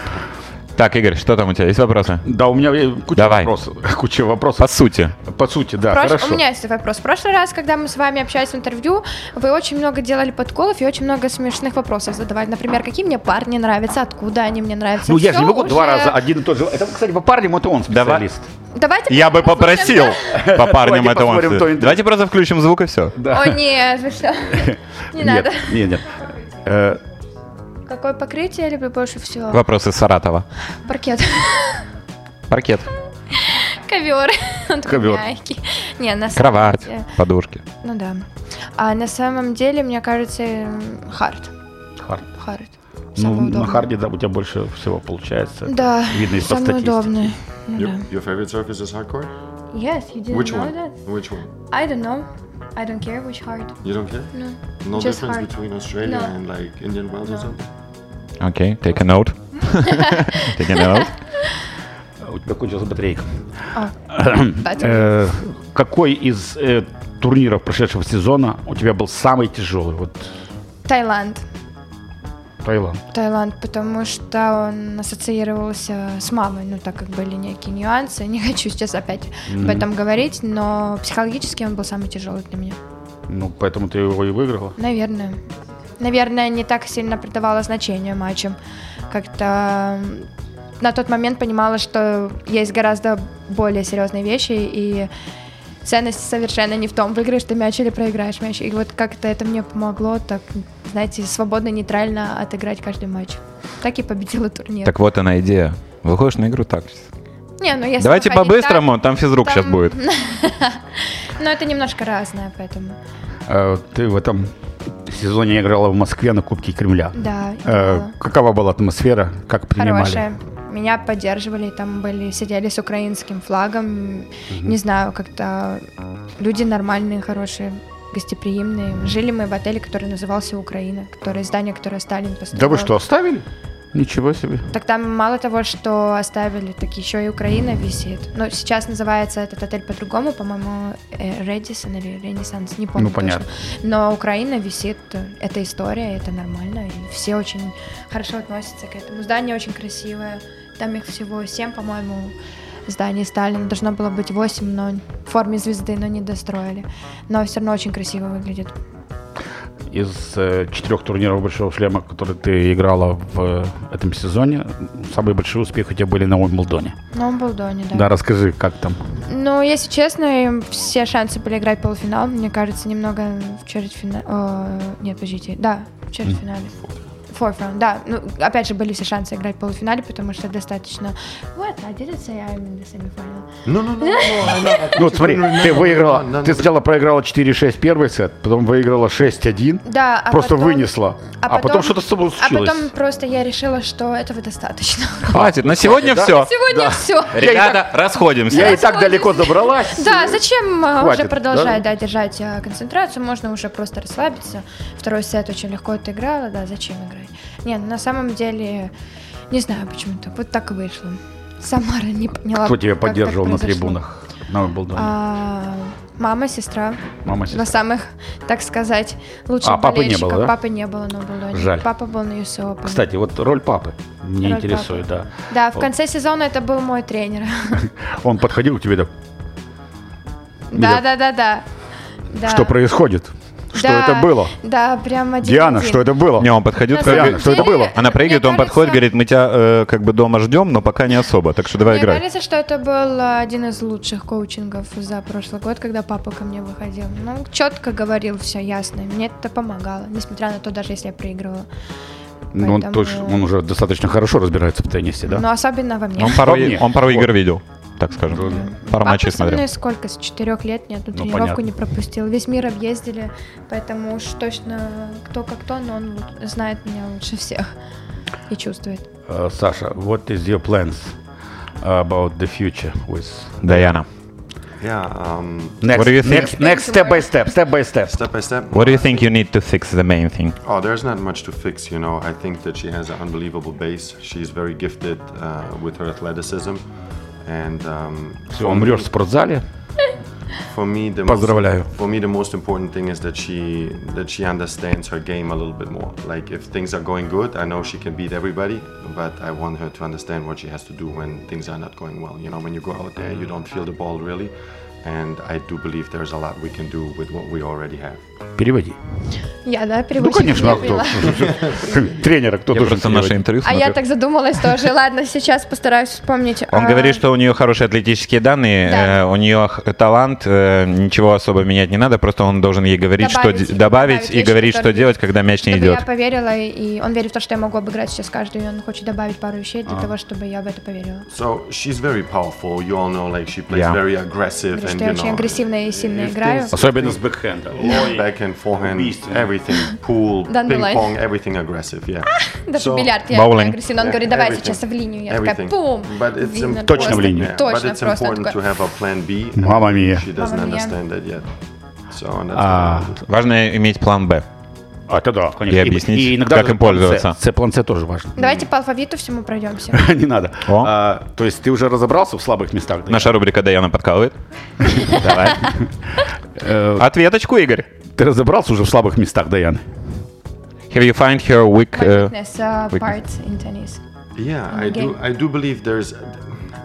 Speaker 2: Так, Игорь, что там у тебя? Есть вопросы?
Speaker 3: Да, у меня э, куча
Speaker 2: Давай.
Speaker 3: вопросов. [LAUGHS] Куча вопросов.
Speaker 2: По сути.
Speaker 3: По, сути, да,
Speaker 4: Прош-
Speaker 3: хорошо.
Speaker 4: У меня есть вопрос. В прошлый раз, когда мы с вами общались в интервью, вы очень много делали подколов и очень много смешных вопросов задавали. Например, какие мне парни нравятся, откуда они мне нравятся.
Speaker 3: Ну, я же
Speaker 4: Всё
Speaker 3: не могу два
Speaker 4: уже-
Speaker 3: раза один и тот же. Это, кстати, по парням это он
Speaker 2: Давай.
Speaker 3: специалист.
Speaker 4: Давайте
Speaker 2: Я бы
Speaker 4: послушаем,
Speaker 2: попросил по парням
Speaker 3: Давайте
Speaker 2: это он.
Speaker 3: посмотрим то интервью.
Speaker 2: Давайте просто включим звук и все.
Speaker 4: да? О, нет, вы
Speaker 3: [LAUGHS]
Speaker 4: что? Не
Speaker 3: нет,
Speaker 4: надо.
Speaker 3: нет, нет. Э,
Speaker 4: Какое покрытие я люблю больше всего?
Speaker 2: Вопросы из Саратова.
Speaker 4: Паркет. [LAUGHS]
Speaker 2: Паркет,
Speaker 4: Ковер. Он такой
Speaker 3: Ковёр.
Speaker 4: мягкий. Не, на самом
Speaker 2: кровать,
Speaker 4: деле-
Speaker 2: подушки.
Speaker 4: Ну да. А на самом деле, мне кажется, м, хард.
Speaker 3: Хард.
Speaker 4: Хард.
Speaker 3: Ну,
Speaker 4: Самый
Speaker 3: на
Speaker 4: удобный.
Speaker 3: харде, да, у тебя больше всего получается.
Speaker 4: Да,
Speaker 3: Видно из-под
Speaker 4: самый
Speaker 3: статистики.
Speaker 4: удобный. Ну
Speaker 5: Your,
Speaker 4: да.
Speaker 5: your favorite surface is hardcore?
Speaker 4: Yes, you didn't
Speaker 5: Which
Speaker 4: know
Speaker 5: one?
Speaker 4: that?
Speaker 5: Which one?
Speaker 4: I don't know. I don't care which heart.
Speaker 5: You don't care?
Speaker 4: No.
Speaker 5: No
Speaker 4: Just
Speaker 5: difference
Speaker 4: hard.
Speaker 5: between Australia
Speaker 4: No.
Speaker 5: and like Indian Wells or
Speaker 4: No.
Speaker 5: something?
Speaker 2: Окей, take a note. [LAUGHS] Take a note.
Speaker 3: У тебя кончилась батарейка.
Speaker 4: But
Speaker 3: Э, какой из э, турниров прошедшего сезона у тебя был самый тяжелый? Вот
Speaker 4: Таиланд.
Speaker 3: Таиланд.
Speaker 4: Таиланд, потому что он ассоциировался с мамой. Ну, так как были некие нюансы. [LAUGHS] Не хочу сейчас опять об этом говорить, но психологически он был самый тяжелый для меня.
Speaker 3: Ну, поэтому ты его и выиграла.
Speaker 4: Наверное. Наверное, не так сильно придавала значение матчам. Как-то м, на тот момент понимала, что есть гораздо более серьезные вещи, и ценность совершенно не в том, выиграешь ты мяч или проиграешь мяч. И вот как-то это мне помогло так, знаете, свободно, нейтрально отыграть каждый матч. Так и победила турнир.
Speaker 2: Так вот она идея. Выходишь на игру так.
Speaker 4: Не, ну, если
Speaker 2: Давайте
Speaker 4: выходить
Speaker 2: по-быстрому, там физрук
Speaker 4: там-
Speaker 2: сейчас будет.
Speaker 4: [LAUGHS] так, но это немножко разное, поэтому.
Speaker 3: Э, ты в этом сезоне играла в Москве на Кубке Кремля.
Speaker 4: Да,
Speaker 3: Э,
Speaker 4: играла.
Speaker 3: какова была атмосфера? Как принимали?
Speaker 4: хорошая. Меня поддерживали, там были, сидели с украинским флагом, не знаю, как-то люди нормальные, хорошие, гостеприимные. Жили мы в отеле, который назывался Украина, которое здание, которое Сталин построил.
Speaker 3: Да вы что, оставили? Ничего себе.
Speaker 4: Так там мало того, что оставили, так еще и Украина висит. Но сейчас называется этот отель по-другому, по-моему, э, Редисон или Ренессанс, не помню.
Speaker 3: Ну, понятно.
Speaker 4: точно. Но Украина висит, э, это история, это нормально, и все очень хорошо относятся к этому. Здание очень красивое, там их всего семь, по-моему, зданий Сталина. Должно было быть 8, но в форме звезды, но не достроили. Но все равно очень красиво выглядит.
Speaker 3: из э, четырех турниров Большого Шлема, которые ты играла в э, этом сезоне, самые большие успехи у тебя были на Уимблдоне.
Speaker 4: Но он был до недавно.
Speaker 3: Да, расскажи, как там?
Speaker 4: Ну, если честно, им все шансы были играть в полуфинал. Мне кажется, немного в четвертьфинале... нет, подождите. Да, в четвертьфинале. Fourth round, да. Ну, опять же, были все шансы играть в полуфинале, потому что достаточно... What? I didn't say I'm in the semifinal.
Speaker 5: No, no, no, no. I know. [LAUGHS] I
Speaker 3: Ну
Speaker 5: think
Speaker 3: вот смотри,
Speaker 5: you remember.
Speaker 3: ты
Speaker 5: No, no,
Speaker 3: выиграла,
Speaker 5: no.
Speaker 3: ты сначала проиграла 4-6 первый сет, потом выиграла 6-1,
Speaker 4: Да, а
Speaker 3: просто
Speaker 4: потом-
Speaker 3: вынесла, а потом, что-то с тобой
Speaker 4: А
Speaker 3: случилось.
Speaker 4: потом просто я решила, что этого
Speaker 3: [LAUGHS]
Speaker 4: достаточно.
Speaker 2: Хватит, на сегодня все.
Speaker 4: Сегодня все.
Speaker 2: Ребята,
Speaker 3: Я и
Speaker 2: расходимся.
Speaker 3: так далеко забралась.
Speaker 4: Да, зачем э,
Speaker 3: Хватит,
Speaker 4: уже продолжать, да, держать э, концентрацию? Можно уже просто расслабиться. Второй сет очень легко отыграла, да, зачем играть? Нет, на самом деле, не знаю почему так. Вот так и вышло. Самара не поняла.
Speaker 3: Кто тебя
Speaker 4: как так
Speaker 3: поддерживал на
Speaker 4: произошло.
Speaker 3: трибунах на Уимблдоне?
Speaker 4: А, Мама, сестра.
Speaker 3: Мама,
Speaker 4: На
Speaker 3: сестра.
Speaker 4: самых, так сказать, лучших
Speaker 3: А, папы не
Speaker 4: болельщиков.
Speaker 3: было, да?
Speaker 4: Папы не было на Умблдоне.
Speaker 3: Жаль.
Speaker 4: Папа был на US Open.
Speaker 3: Кстати, вот роль папы меня
Speaker 4: Роль
Speaker 3: интересует, да.
Speaker 4: Да, в конце сезона это был мой тренер.
Speaker 3: Он подходил к тебе и так,
Speaker 4: [LAUGHS] Да, да, да, да. Да.
Speaker 3: что происходит? Что
Speaker 4: Да,
Speaker 3: это было?
Speaker 4: Да, прям один
Speaker 3: Диана, что это было?
Speaker 2: Не, он подходил,
Speaker 4: На
Speaker 2: как
Speaker 3: Диана,
Speaker 2: бы-
Speaker 4: самом
Speaker 3: что это
Speaker 4: деле,
Speaker 3: было?
Speaker 2: Она проигрывает,
Speaker 4: мне
Speaker 2: он подходит,
Speaker 4: кажется-
Speaker 2: говорит, мы тебя э, как бы дома ждем, но пока не особо, так что давай
Speaker 4: Мне
Speaker 2: играть.
Speaker 4: кажется, что это был э, один из лучших коучингов за прошлый год, когда папа ко мне выходил. Ну, четко говорил, все ясно. Мне это помогало, несмотря на то, даже если я проигрывала.
Speaker 3: Ну, он,
Speaker 4: Поэтому-
Speaker 3: тоже- он уже достаточно хорошо разбирается в теннисе, да? Ну,
Speaker 4: Но особенно во мне.
Speaker 2: Он пару,
Speaker 3: Вполне.
Speaker 2: он пару игр видел, так скажем. Пару
Speaker 4: Папа
Speaker 2: матчей
Speaker 4: со мной
Speaker 2: смотрел.
Speaker 4: сколько? А С четырех лет ни одну
Speaker 3: Ну,
Speaker 4: тренировку
Speaker 3: понятно.
Speaker 4: не пропустил. Весь мир объездили, поэтому уж точно кто как кто, но он лу- знает меня лучше всех и чувствует.
Speaker 3: Э, Саша, what is your plans about the future with...
Speaker 2: Даяна.
Speaker 5: Yeah. Um,
Speaker 3: Next,
Speaker 2: What do you think?
Speaker 3: next, next step by step, step by step.
Speaker 5: step by step.
Speaker 2: What do you think you need to fix the main thing?
Speaker 5: Oh, there's not much to fix, you know. I think that she has an unbelievable base. She's very gifted uh, with her athleticism, and um,
Speaker 3: Все, умрешь в спортзале.
Speaker 5: for me
Speaker 3: Ну,
Speaker 5: the
Speaker 3: Поздравляю.
Speaker 5: Most, for me the most important thing is that she that she understands her game a little bit more. Like if things are going good, I know she can beat everybody, but I want her to understand what she has to do when things are not going well. You know, when you go out there, you don't feel the ball really, and I do believe there's a lot we can do with what we already have.
Speaker 3: Переводи.
Speaker 4: Я, да,
Speaker 3: Ну,
Speaker 4: переводчик
Speaker 3: конечно,
Speaker 4: не
Speaker 3: а кто?
Speaker 4: поняла.
Speaker 3: Тренера кто
Speaker 2: Я
Speaker 3: должен
Speaker 2: просто наше
Speaker 3: переводить?
Speaker 2: интервью
Speaker 4: А я
Speaker 2: смотрел.
Speaker 4: так задумалась тоже. Ладно, сейчас постараюсь вспомнить.
Speaker 2: Он
Speaker 4: А,
Speaker 2: говорит, что у нее хорошие атлетические данные,
Speaker 4: Да.
Speaker 2: э, у нее х- талант, э, ничего особо менять не надо, просто он должен ей говорить,
Speaker 4: Добавить,
Speaker 2: что д- добавить и
Speaker 4: вещи,
Speaker 2: говорить, что
Speaker 4: которые-
Speaker 2: делать, когда мяч не
Speaker 4: чтобы
Speaker 2: идет.
Speaker 4: я поверила, и он верит в то, что я могу обыграть сейчас каждую, и он хочет добавить пару вещей
Speaker 5: А.
Speaker 4: для того, чтобы я в это поверила.
Speaker 5: So she's very powerful. You all know, like she plays
Speaker 2: Yeah.
Speaker 5: very aggressive
Speaker 4: Говорит,
Speaker 5: and
Speaker 4: что
Speaker 5: you
Speaker 4: я очень
Speaker 5: know.
Speaker 4: агрессивно и сильно
Speaker 5: if
Speaker 4: играю.
Speaker 5: things-
Speaker 3: Особенно с бэкхенда. Ой.
Speaker 5: Back and forehand,
Speaker 3: Убийственно.
Speaker 5: everything, pool, ping
Speaker 4: Dandelion.
Speaker 5: pong, everything aggressive, yeah.
Speaker 4: Даже
Speaker 5: So-
Speaker 4: бильярд я
Speaker 2: Bowling.
Speaker 4: агрессивно. Он
Speaker 5: Yeah,
Speaker 4: говорит, давай
Speaker 5: everything.
Speaker 4: сейчас в линию. Я такая,
Speaker 5: Everything.
Speaker 4: пум!
Speaker 5: But it's
Speaker 4: Видно
Speaker 5: im-
Speaker 3: Точно в
Speaker 4: просто.
Speaker 3: линию.
Speaker 5: Yeah, But
Speaker 4: Точно,
Speaker 5: it's
Speaker 4: просто.
Speaker 5: important to
Speaker 4: такое.
Speaker 5: have a plan B. and
Speaker 3: Мама мия.
Speaker 5: She doesn't
Speaker 4: Мама мия.
Speaker 5: understand that yet. So and that's
Speaker 3: А,
Speaker 2: Важно иметь план Б.
Speaker 3: а, это да, конечно.
Speaker 2: И объяснить, как
Speaker 3: даже
Speaker 2: им пользоваться.
Speaker 3: план С. С, план С тоже важно.
Speaker 4: Давайте по алфавиту всему пройдемся.
Speaker 3: [LAUGHS] Не надо.
Speaker 2: О.
Speaker 3: А, то есть ты уже разобрался в слабых местах? да?
Speaker 2: Наша рубрика «Даяна подкалывает».
Speaker 4: [LAUGHS]
Speaker 2: Давай.
Speaker 3: Э,
Speaker 2: Ответочку, Игорь.
Speaker 3: Ты разобрался уже в слабых местах, Даян?
Speaker 2: Have you find her weak...
Speaker 4: My
Speaker 2: э,
Speaker 4: weakness, uh,
Speaker 2: weakness.
Speaker 4: parts in tennis.
Speaker 5: Yeah, I do.
Speaker 4: game.
Speaker 5: I do believe there's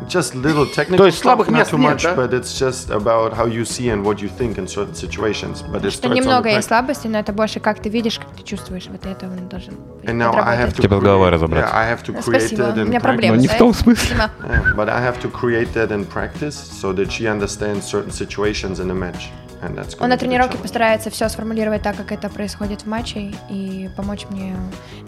Speaker 5: just little
Speaker 3: То
Speaker 5: technical
Speaker 3: есть
Speaker 5: stuff,
Speaker 3: слабых
Speaker 5: not
Speaker 3: мест
Speaker 5: too
Speaker 3: нет,
Speaker 5: much,
Speaker 3: да?
Speaker 5: but it's just about how you see and what you think in certain situations. But it
Speaker 4: Что
Speaker 5: starts on
Speaker 4: немного
Speaker 5: the
Speaker 4: есть
Speaker 5: prac-
Speaker 4: слабости, но это больше как ты видишь, как ты чувствуешь. Вот это он должен
Speaker 5: And now I have
Speaker 4: отработать.
Speaker 5: to
Speaker 2: Типа с головой
Speaker 5: create-
Speaker 2: разобраться.
Speaker 5: yeah, I have to create
Speaker 4: Ну, Спасибо.
Speaker 5: it
Speaker 4: У
Speaker 5: and
Speaker 4: меня
Speaker 5: prac-
Speaker 4: проблемы.
Speaker 2: Ну, не в
Speaker 4: да,
Speaker 2: том смысле.
Speaker 4: Дима.
Speaker 5: Yeah, but I have to create that in practice so that she understands certain situations in a match. And that's
Speaker 4: Он
Speaker 5: gonna
Speaker 4: на
Speaker 5: be the
Speaker 4: тренировке
Speaker 5: challenge.
Speaker 4: постарается все сформулировать так, как это происходит в матче, и помочь мне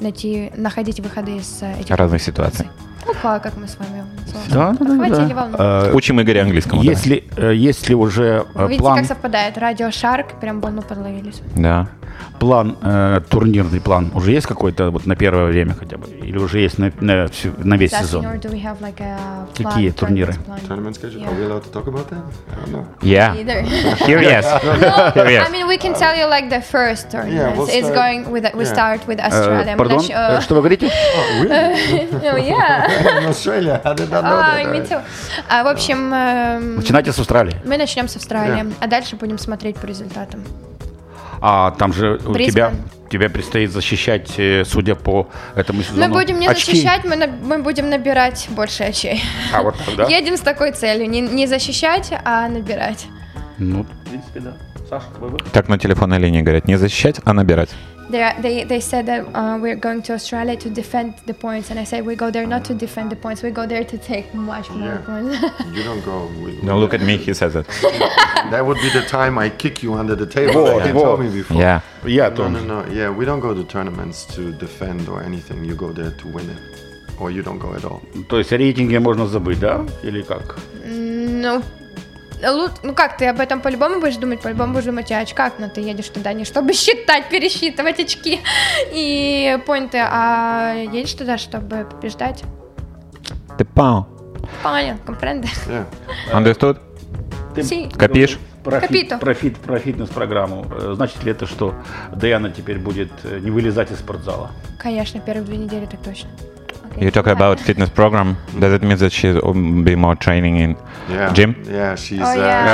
Speaker 4: найти, находить выходы из э, этих
Speaker 2: Разных ситуаций.
Speaker 4: Ну, ка- как мы с вами.
Speaker 3: Да, да, да, да.
Speaker 4: Хватили волну.
Speaker 2: Учим Игоря английскому. давай.
Speaker 3: А, Если, э, если уже э,
Speaker 4: Видите,
Speaker 3: план,
Speaker 4: как совпадает. Радио Шарк, прям волну подловились.
Speaker 2: Да.
Speaker 3: план э, турнирный план, уже есть какой-то вот на первое время хотя бы? Или уже есть на, на всю- на весь
Speaker 4: Just, you know,
Speaker 3: сезон?
Speaker 4: do we have like a plan,
Speaker 3: Какие
Speaker 4: tournament
Speaker 3: турниры?
Speaker 4: plan?
Speaker 5: Tournament schedule?
Speaker 4: Yeah.
Speaker 5: Are we allowed to talk about that? I don't know. [LAUGHS]
Speaker 2: Yeah.
Speaker 3: [LAUGHS]
Speaker 4: Either.
Speaker 2: Here, yes.
Speaker 4: [LAUGHS] Ну,
Speaker 2: Here,
Speaker 4: I
Speaker 2: yes.
Speaker 4: mean, we can tell you like the first tournament.
Speaker 5: we'll
Speaker 4: It's
Speaker 5: start-
Speaker 4: going with we
Speaker 5: yeah.
Speaker 4: start with
Speaker 3: Э,
Speaker 4: Australia. Мы
Speaker 3: пардон,
Speaker 4: нач-
Speaker 3: э,
Speaker 4: э,
Speaker 3: что вы говорите?
Speaker 4: ну, [LAUGHS]
Speaker 3: [LAUGHS]
Speaker 4: yeah.
Speaker 5: In Australia, I did
Speaker 3: Ну
Speaker 5: not know
Speaker 4: А,
Speaker 5: that.
Speaker 4: me too. А, В общем, эм,
Speaker 3: Начинайте с Австралии.
Speaker 4: мы начнем с Австралии, а дальше будем смотреть по результатам.
Speaker 3: А там же у
Speaker 4: Брисбен.
Speaker 3: тебя, тебе предстоит защищать, э, судя по этому сезону,
Speaker 4: Мы будем не
Speaker 3: очки.
Speaker 4: защищать, мы, на- мы будем набирать больше очей.
Speaker 3: А вот так, да?
Speaker 4: Едем с такой целью, не, не защищать, а набирать.
Speaker 3: Ну, в принципе, да.
Speaker 6: Саша, твой выход.
Speaker 2: Так на телефонной линии говорят, не защищать, а набирать.
Speaker 4: They, are- they, they said that uh, we're going to Australia to defend the points, and I said we go there not to defend the points, we go there to take much more
Speaker 5: Yeah.
Speaker 4: points. [LAUGHS]
Speaker 5: You don't go. We,
Speaker 2: No, look at me, he says it.
Speaker 5: That would be the time I kick you under the table.
Speaker 3: Whoa,
Speaker 5: like you
Speaker 3: whoa.
Speaker 5: told me before.
Speaker 2: Yeah.
Speaker 3: Я о
Speaker 5: No,
Speaker 3: том.
Speaker 5: no, no. Yeah, we don't go to tournaments to defend or anything. You go there to win it, or you don't go at all.
Speaker 3: То есть о рейтинге можно забыть, да? Или как?
Speaker 4: ну, лу- ну как, ты об этом по-любому будешь думать, по-любому будешь думать «А о очках, но ты едешь туда не чтобы считать, пересчитывать очки и поинты, а едешь туда, чтобы побеждать.
Speaker 2: Ты пау.
Speaker 4: Понятно, компренде.
Speaker 5: Yeah.
Speaker 2: Understood?
Speaker 3: Ты
Speaker 4: Си.
Speaker 2: Копишь?
Speaker 3: про фит-
Speaker 4: Капито.
Speaker 3: про фит- про фитнес-программу. Э, Значит ли это, что Даяна теперь будет э, не вылезать из спортзала?
Speaker 4: Конечно, первые две недели так точно. Окей.
Speaker 2: You talk about fitness program. Does it mean that she'll um, be more training in
Speaker 5: Yeah.
Speaker 2: gym?
Speaker 5: Yeah, she's.
Speaker 4: Oh,
Speaker 5: uh,
Speaker 4: yeah.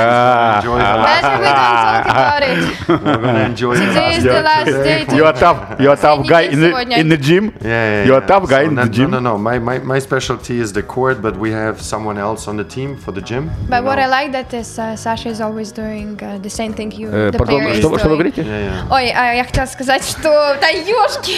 Speaker 3: [LAUGHS] Ah.
Speaker 5: she's gonna enjoy
Speaker 4: That's why we don't talk about it.
Speaker 5: the last. We're gonna enjoy the
Speaker 4: Today is
Speaker 5: last.
Speaker 4: the last day to
Speaker 3: [LAUGHS] You are tough, you are tough guy in the,
Speaker 4: Сегодня.
Speaker 3: in the gym.
Speaker 5: Yeah, yeah,
Speaker 3: You are
Speaker 5: yeah.
Speaker 3: tough guy
Speaker 5: So
Speaker 3: in the
Speaker 5: that-
Speaker 3: gym.
Speaker 5: No, no, no. My, my, my specialty is the court, but we have someone else on the team for the gym.
Speaker 4: But
Speaker 5: you
Speaker 4: what
Speaker 5: know.
Speaker 4: I like that is uh, Sasha is always doing uh, the same thing you,
Speaker 3: Э,
Speaker 4: the
Speaker 3: Пардон,
Speaker 4: player is
Speaker 3: что, что вы
Speaker 4: doing.
Speaker 3: говорите?
Speaker 5: Yeah, yeah.
Speaker 4: Ой, а я хотела сказать, что... [LAUGHS] Да, ёшки!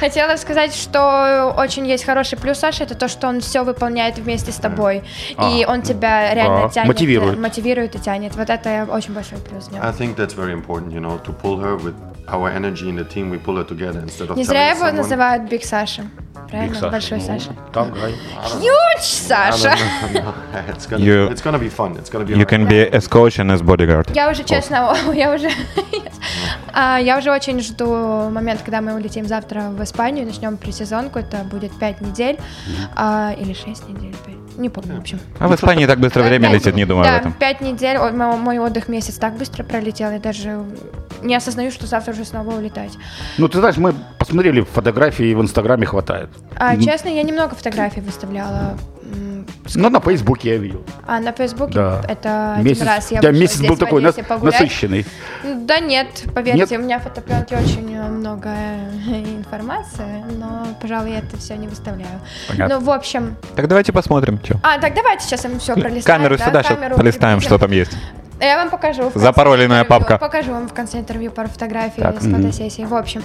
Speaker 4: Хотела сказать, что очень есть хороший плюс Саши, это то, что он все выполняет вместе с тобой. И он тебя реально
Speaker 3: Да.
Speaker 4: тянет.
Speaker 3: Мотивирует.
Speaker 4: э, Мотивирует и тянет. Вот это очень большой плюс в нем.
Speaker 5: I think that's very important, you know, to pull her with our energy in the team. We pull her together instead of
Speaker 4: Не зря
Speaker 5: telling
Speaker 4: его
Speaker 5: someone-
Speaker 4: называют Биг Саша. Правильно?
Speaker 3: Big Саша.
Speaker 4: Большой
Speaker 3: Ну,
Speaker 4: Саша.
Speaker 3: Tough guy.
Speaker 2: А,
Speaker 4: Huge
Speaker 5: I
Speaker 4: Саша!
Speaker 5: don't [LAUGHS] know. it's gonna
Speaker 2: You-
Speaker 5: it's gonna be fun. It's gonna be.
Speaker 2: You
Speaker 5: hard.
Speaker 2: can be as coach and as bodyguard.
Speaker 4: Я уже, честно, [LAUGHS] я уже, А, я уже очень жду момент, когда мы улетим завтра в Испанию, начнем пресезонку, это будет 5 недель, а, или 6 недель, пять, не помню, в общем.
Speaker 2: А в Испании так быстро время летит, не думаю
Speaker 4: да,
Speaker 2: об этом.
Speaker 4: пять недель, Ой, мо- мой, отдых месяц так быстро пролетел, я даже не осознаю, что завтра уже снова улетать.
Speaker 3: Ну, ты знаешь, мы посмотрели фотографии, в Инстаграме хватает.
Speaker 4: А, честно, я немного фотографий выставляла. М,
Speaker 3: Ну, на Фейсбуке я видел.
Speaker 4: А на Фейсбуке
Speaker 3: Да.
Speaker 4: это А, один
Speaker 3: Месяц,
Speaker 4: раз я
Speaker 3: у тебя
Speaker 4: вышла
Speaker 3: месяц
Speaker 4: здесь
Speaker 3: был
Speaker 4: в
Speaker 3: такой нас-
Speaker 4: Одессе погулять.
Speaker 3: насыщенный.
Speaker 4: Ну, Да нет, поверьте,
Speaker 3: Нет?
Speaker 4: у меня в фотопленке очень э, много э, [LAUGHS] информации, но, пожалуй, я это все не выставляю.
Speaker 3: Понятно.
Speaker 4: Ну, в общем...
Speaker 2: Так давайте посмотрим, что.
Speaker 4: А, так давайте сейчас им все пролистаем.
Speaker 2: Камеру
Speaker 4: да,
Speaker 2: сюда
Speaker 4: камеру
Speaker 2: сейчас полистаем,
Speaker 4: прикрепим.
Speaker 2: что там есть.
Speaker 4: Я вам покажу. в конце
Speaker 2: Запароленная
Speaker 4: интервью.
Speaker 2: папка.
Speaker 4: Покажу вам в конце интервью пару фотографий
Speaker 2: Так,
Speaker 4: с фотосессии. В общем,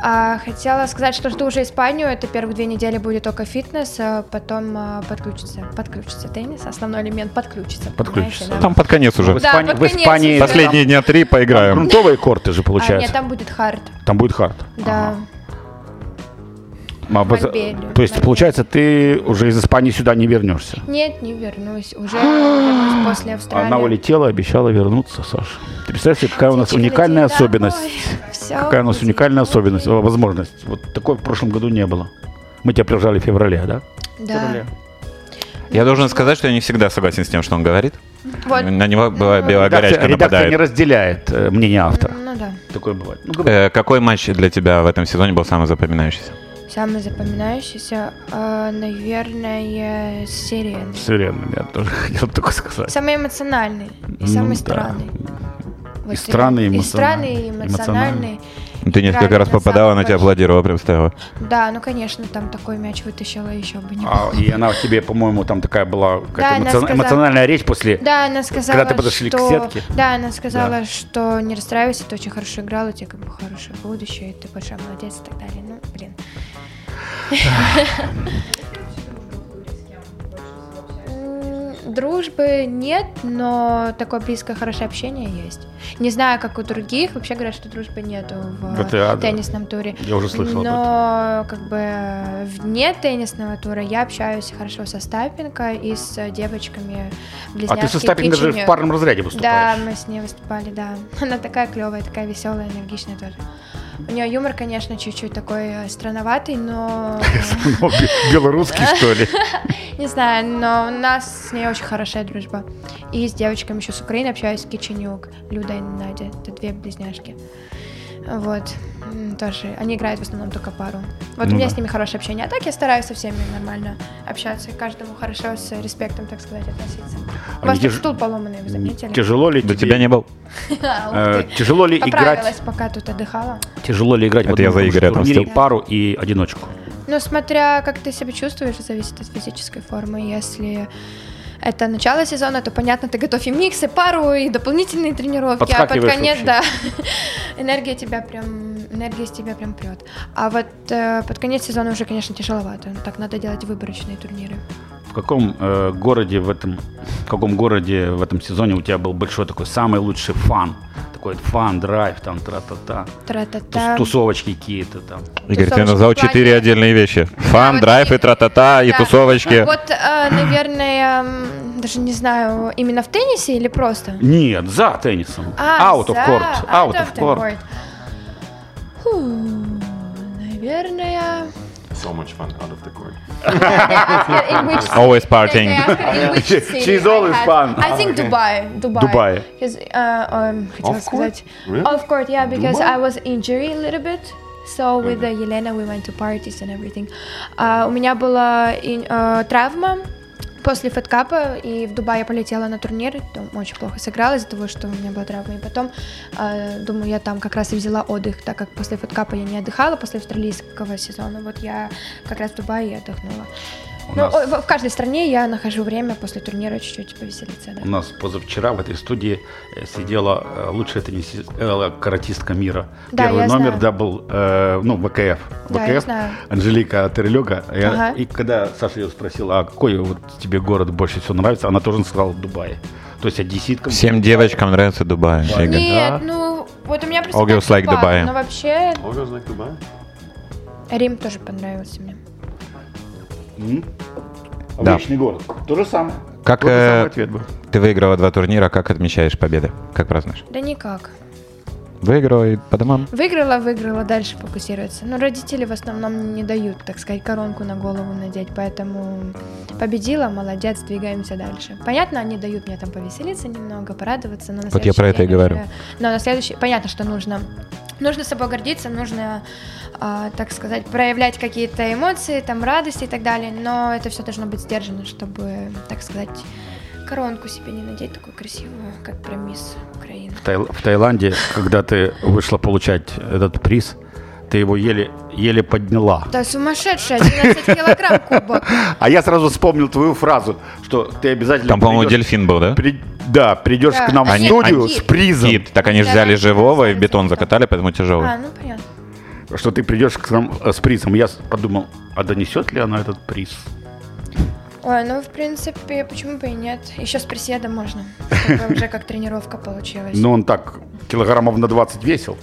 Speaker 4: а, хотела сказать, что жду уже Испанию. Это первых две недели будет только фитнес, а потом а, подключится. Подключится теннис, основной элемент подключится.
Speaker 3: Подключится,
Speaker 4: понимаете, да.
Speaker 2: Там под конец уже.
Speaker 4: Да,
Speaker 3: Испани-
Speaker 4: под
Speaker 3: в
Speaker 4: конец
Speaker 3: Испании-
Speaker 4: уже.
Speaker 2: Последние дня три поиграем.
Speaker 3: Грунтовые корты
Speaker 4: А,
Speaker 3: же,
Speaker 4: нет,
Speaker 3: получается.
Speaker 4: там будет хард.
Speaker 3: Там будет хард.
Speaker 4: Да.
Speaker 3: А, обоз-
Speaker 4: Мальбелью.
Speaker 3: То есть, получается, ты уже из Испании сюда не вернешься.
Speaker 4: Нет, не вернусь.
Speaker 3: [GASPS]
Speaker 4: Уже вернусь после Австралии.
Speaker 3: Она улетела, обещала вернуться, Саша. Ты представляешь, себе, какая у нас уникальная особенность. Какая у нас уникальная особенность, о, возможность. Вот такой в прошлом году не было. Мы тебя прижали в феврале, да?
Speaker 4: Да.
Speaker 2: Я должен сказать, что я не всегда согласен с тем, что он говорит.
Speaker 4: Вот.
Speaker 2: На него бывает белая горячка
Speaker 3: Редакция, редакция не
Speaker 2: нападает.
Speaker 3: разделяет э, мнение автора.
Speaker 4: Ну да.
Speaker 3: Такое бывает. Ну, говори.
Speaker 2: Э, Какой матч для тебя в этом сезоне был самый запоминающийся?
Speaker 4: Самый запоминающийся, э, наверное, серия.
Speaker 3: Все время, я
Speaker 2: [LAUGHS]
Speaker 3: тоже хотел такое сказать.
Speaker 4: Самый эмоциональный и самый странный. Вот
Speaker 3: Ну И странный, и
Speaker 4: реально. и
Speaker 3: эмоциональный.
Speaker 4: странный, и эмоциональный.
Speaker 2: Ты несколько
Speaker 4: Правильно,
Speaker 2: раз попадала,
Speaker 4: самый
Speaker 2: она тебя
Speaker 4: большой.
Speaker 2: аплодировала, прям стояла.
Speaker 4: Да, ну конечно, там такой мяч вытащила, еще бы не
Speaker 3: А,
Speaker 4: было.
Speaker 3: и она тебе, по-моему, там такая была какая-то
Speaker 4: Да, она
Speaker 3: эмоци-
Speaker 4: сказала-
Speaker 3: эмоциональная речь после.
Speaker 4: Да, она сказала,
Speaker 3: ты подошли к
Speaker 4: что...
Speaker 3: сетке?
Speaker 4: Да, она сказала,
Speaker 3: Да.
Speaker 4: что не расстраивайся, ты очень хорошо играл, у тебя как бы хорошее будущее, ты большой молодец и так далее. Ну, блин. М, Дружбы нет, но такое близкое хорошее общение есть. Не знаю, как у других. Вообще говорят, что дружбы нету в
Speaker 3: GTA, да.
Speaker 4: э, теннисном туре.
Speaker 3: Я уже слышал об
Speaker 4: Но как бы вне теннисного тура я общаюсь хорошо со Стапенко и с э, девочками
Speaker 3: А ты со Стапинга же в парном разряде
Speaker 4: Да,
Speaker 3: выступаешь.
Speaker 4: мы с ней выступали, да. [LAUGHS] Она такая клевая, такая веселая, энергичная тоже. У нее юмор, конечно, чуть-чуть такой э, странноватый, но
Speaker 3: [LAUGHS] Ну, бе- Белорусский, что ли?
Speaker 4: [LAUGHS] не знаю, но у нас с ней очень хорошая дружба. И с девочками еще с Украины общаюсь, Киченюк, Люда и Надя, это две близняшки. Вот, М, тоже, они играют в основном только пару. Вот
Speaker 3: Ну
Speaker 4: у меня с ними хорошее общение, а так я стараюсь со всеми нормально общаться, и каждому хорошо с респектом, так сказать, относиться. У
Speaker 3: А
Speaker 4: вас
Speaker 3: мне
Speaker 4: тут
Speaker 3: тяж-
Speaker 4: стул поломанный, вы заметили?
Speaker 3: Тяжело ли
Speaker 2: До
Speaker 3: тебе?
Speaker 2: тебя не был.
Speaker 4: А,
Speaker 3: э,
Speaker 4: ух ты.
Speaker 3: Тяжело ли
Speaker 4: Поправилась,
Speaker 3: играть?
Speaker 4: пока тут отдыхала.
Speaker 3: Тяжело ли играть в
Speaker 2: Это я
Speaker 3: одном
Speaker 2: за
Speaker 3: и том же
Speaker 2: Игоря
Speaker 3: турнире
Speaker 2: отомстил.
Speaker 3: и пару и одиночку?
Speaker 4: Ну, смотря как ты себя чувствуешь, зависит от физической формы. Если это начало сезона, то, понятно, ты готовь и микс, и пару, и дополнительные тренировки, а под
Speaker 3: Подскакиваешь
Speaker 4: конец,
Speaker 3: вообще.
Speaker 4: да, [LAUGHS] энергия тебя прям, энергия из тебя прям прет. А вот э, под конец сезона уже, конечно, тяжеловато, так надо делать выборочные турниры.
Speaker 3: В каком э, городе в этом, в каком городе в этом сезоне у тебя был большой такой самый лучший фан, такой фан, драйв, там тра-та-та, тус-
Speaker 4: Тра-та-та.
Speaker 3: тусовочки какие-то там.
Speaker 2: Игорь, ты
Speaker 4: Тусовочки
Speaker 2: назвал
Speaker 4: в плане-
Speaker 2: четыре отдельные вещи. Фан,
Speaker 4: вот
Speaker 2: драйв и
Speaker 4: такие-
Speaker 2: тра-та-та, и
Speaker 4: Да.
Speaker 2: тусовочки.
Speaker 4: Вот, э, наверное, м, даже не знаю, именно в теннисе или просто?
Speaker 3: Нет, за теннисом. out of
Speaker 4: А, за-
Speaker 3: court, out,
Speaker 4: Ah, out
Speaker 3: of
Speaker 4: the
Speaker 3: court.
Speaker 4: court. Фу,
Speaker 5: [LAUGHS]
Speaker 4: Наверное...
Speaker 5: So much fun out of the court.
Speaker 3: [LAUGHS]
Speaker 2: Always partying.
Speaker 3: She's always fun.
Speaker 4: I think Dubai. Dubai.
Speaker 3: Dubai.
Speaker 4: 'Cause, uh, um, хотела
Speaker 5: Of
Speaker 4: сказать.
Speaker 5: court? Really?
Speaker 4: Of course, yeah, because
Speaker 5: Dubai?
Speaker 4: I was injured a little bit. So with uh, Елена we went to parties and everything. А, у меня была ин- э, травма после фэткапа, и в Дубай я полетела на турнир, там очень плохо сыграла из-за того, что у меня была травма. И потом, э, думаю, я там как раз и взяла отдых, так как после фэткапа я не отдыхала, после австралийского сезона, вот я как раз в Дубае и отдохнула.
Speaker 3: У
Speaker 4: Ну,
Speaker 3: нас-
Speaker 4: о, в в каждой стране я нахожу время после турнира чуть-чуть повеселиться, да.
Speaker 3: У нас позавчера в этой студии э, сидела э, лучшая теннисист- э, каратистка мира.
Speaker 4: Да,
Speaker 3: Первый
Speaker 4: я
Speaker 3: номер,
Speaker 4: знаю.
Speaker 3: да, был, э, ну, ВКФ.
Speaker 4: Да,
Speaker 3: ВКФ,
Speaker 4: я знаю.
Speaker 3: Анжелика Терлюга. И-
Speaker 4: Ага.
Speaker 3: И когда Саша ее спросила, а какой вот тебе город больше всего нравится, она тоже сказала Дубай. То есть а одесситка.
Speaker 2: Всем девочкам нравится Дубай, Игорь.
Speaker 4: Нет, ну вот у меня просто
Speaker 2: All girls
Speaker 4: так
Speaker 2: like
Speaker 4: совпало,
Speaker 2: Dubai.
Speaker 4: Но вообще
Speaker 5: All girls like Dubai?
Speaker 4: Рим тоже понравился мне.
Speaker 2: Да.
Speaker 3: Обычный город. То же самое.
Speaker 2: Как,
Speaker 3: Тот же
Speaker 2: э,
Speaker 3: самый ответ был.
Speaker 2: Ты выиграла два турнира, как отмечаешь победы? Как празднуешь?
Speaker 4: Да никак.
Speaker 2: Выиграла и по домам.
Speaker 4: Выиграла, выиграла, дальше фокусироваться. Но родители в основном не дают, так сказать, коронку на голову надеть, поэтому победила, молодец, двигаемся дальше. Понятно, они дают мне там повеселиться немного, порадоваться, но на
Speaker 2: Вот я
Speaker 4: следующий
Speaker 2: про это и
Speaker 4: день
Speaker 2: говорю.
Speaker 4: уже- Но на следующий, понятно, что нужно, нужно собой гордиться, нужно, а, так сказать, проявлять какие-то эмоции, там радости и так далее, но это все должно быть сдержано, чтобы, так сказать, коронку себе не надеть такую красивую, как прям мисс Украины.
Speaker 3: В Таил- в Таиланде, когда ты вышла получать этот приз, ты его еле, еле подняла.
Speaker 4: Да сумасшедшая,
Speaker 3: [LAUGHS]
Speaker 4: 11 килограмм кубок.
Speaker 3: А я сразу вспомнил твою фразу, что ты обязательно
Speaker 2: Там, по-моему,
Speaker 3: придешь-
Speaker 2: дельфин был, да?
Speaker 3: при- да, придешь
Speaker 4: Да.
Speaker 3: к нам
Speaker 4: Они-
Speaker 3: в студию
Speaker 4: они-
Speaker 3: с призом,
Speaker 2: Кит. Так они ж
Speaker 4: Да,
Speaker 2: взяли
Speaker 4: да,
Speaker 2: живого
Speaker 4: да,
Speaker 2: и в бетон
Speaker 4: да.
Speaker 2: закатали, поэтому тяжелый.
Speaker 4: А, ну понятно.
Speaker 3: что ты придешь к нам э, с призом. Я с- подумал, а донесет ли она этот приз?
Speaker 4: Ой, ну в принципе, почему бы и нет? Еще с приседа можно, чтобы
Speaker 3: [LAUGHS]
Speaker 4: уже как тренировка получилась.
Speaker 3: Но Ну, он так килограммов на 20 весил.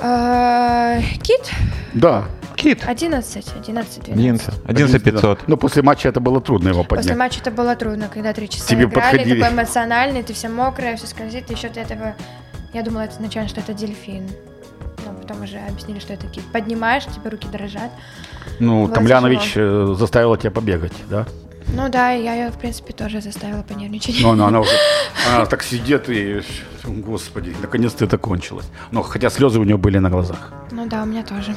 Speaker 4: Э, Кит
Speaker 3: Да.
Speaker 2: Кит.
Speaker 4: 11, 11, 12.
Speaker 2: 11. 11 500.
Speaker 3: Но Ну, после матча это было трудно его
Speaker 4: После
Speaker 3: поднять.
Speaker 4: матча это было трудно, когда три часа
Speaker 3: Тебе
Speaker 4: играли,
Speaker 3: подходили.
Speaker 4: такой эмоциональный, ты вся мокрая, все скользит, еще ты этого... Я думала это изначально, что это дельфин. Но потом уже объяснили, что это кит. Поднимаешь, тебе руки дрожат.
Speaker 3: Ну,
Speaker 4: было
Speaker 3: Тамлянович э, заставила тебя побегать, да?
Speaker 4: Ну да, и я ее, в принципе, тоже заставила понервничать.
Speaker 3: Ну, она, она уже она так сидит и... Господи, наконец-то это кончилось. Но хотя слезы у нее были на глазах.
Speaker 4: Ну да, у меня тоже.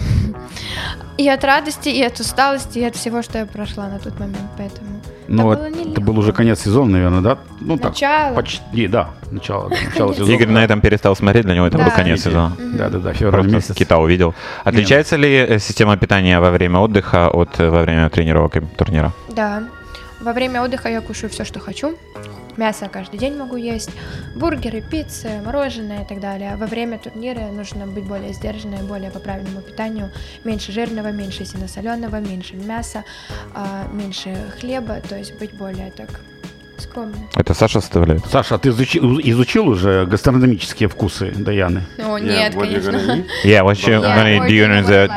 Speaker 4: И от радости, и от усталости, и от всего, что я прошла на тот момент, поэтому.
Speaker 3: Ну,
Speaker 4: Да
Speaker 3: вот
Speaker 4: было
Speaker 3: это
Speaker 4: нелегко.
Speaker 3: был уже конец сезона, наверное, да? Ну,
Speaker 4: Начало.
Speaker 3: так, почти, да, начало, да, начало сезона.
Speaker 2: Игорь на этом перестал смотреть, для него это
Speaker 4: Да.
Speaker 2: был конец сезона.
Speaker 3: Да-да-да, февраль
Speaker 2: Просто
Speaker 3: месяц.
Speaker 2: кита увидел. Отличается ли э, система питания во время отдыха от э, во время тренировок и турнира?
Speaker 4: Да. Во время отдыха я кушаю все, что хочу. Мясо каждый день могу есть, бургеры, пиццы, мороженое и так далее. А Во время турнира нужно быть более сдержанной, более по правильному питанию. Меньше жирного, меньше синосоленого, меньше мяса, а, меньше хлеба. То есть быть более так скромной.
Speaker 2: Это Саша составляет.
Speaker 3: Саша, а ты изучил, изучил уже гастрономические вкусы Даяны?
Speaker 4: О,
Speaker 5: Yeah,
Speaker 4: нет,
Speaker 5: what you're
Speaker 4: конечно.
Speaker 5: gonna eat?
Speaker 2: Yeah, what
Speaker 4: ну,
Speaker 2: you
Speaker 5: Yeah,
Speaker 2: gonna do during the-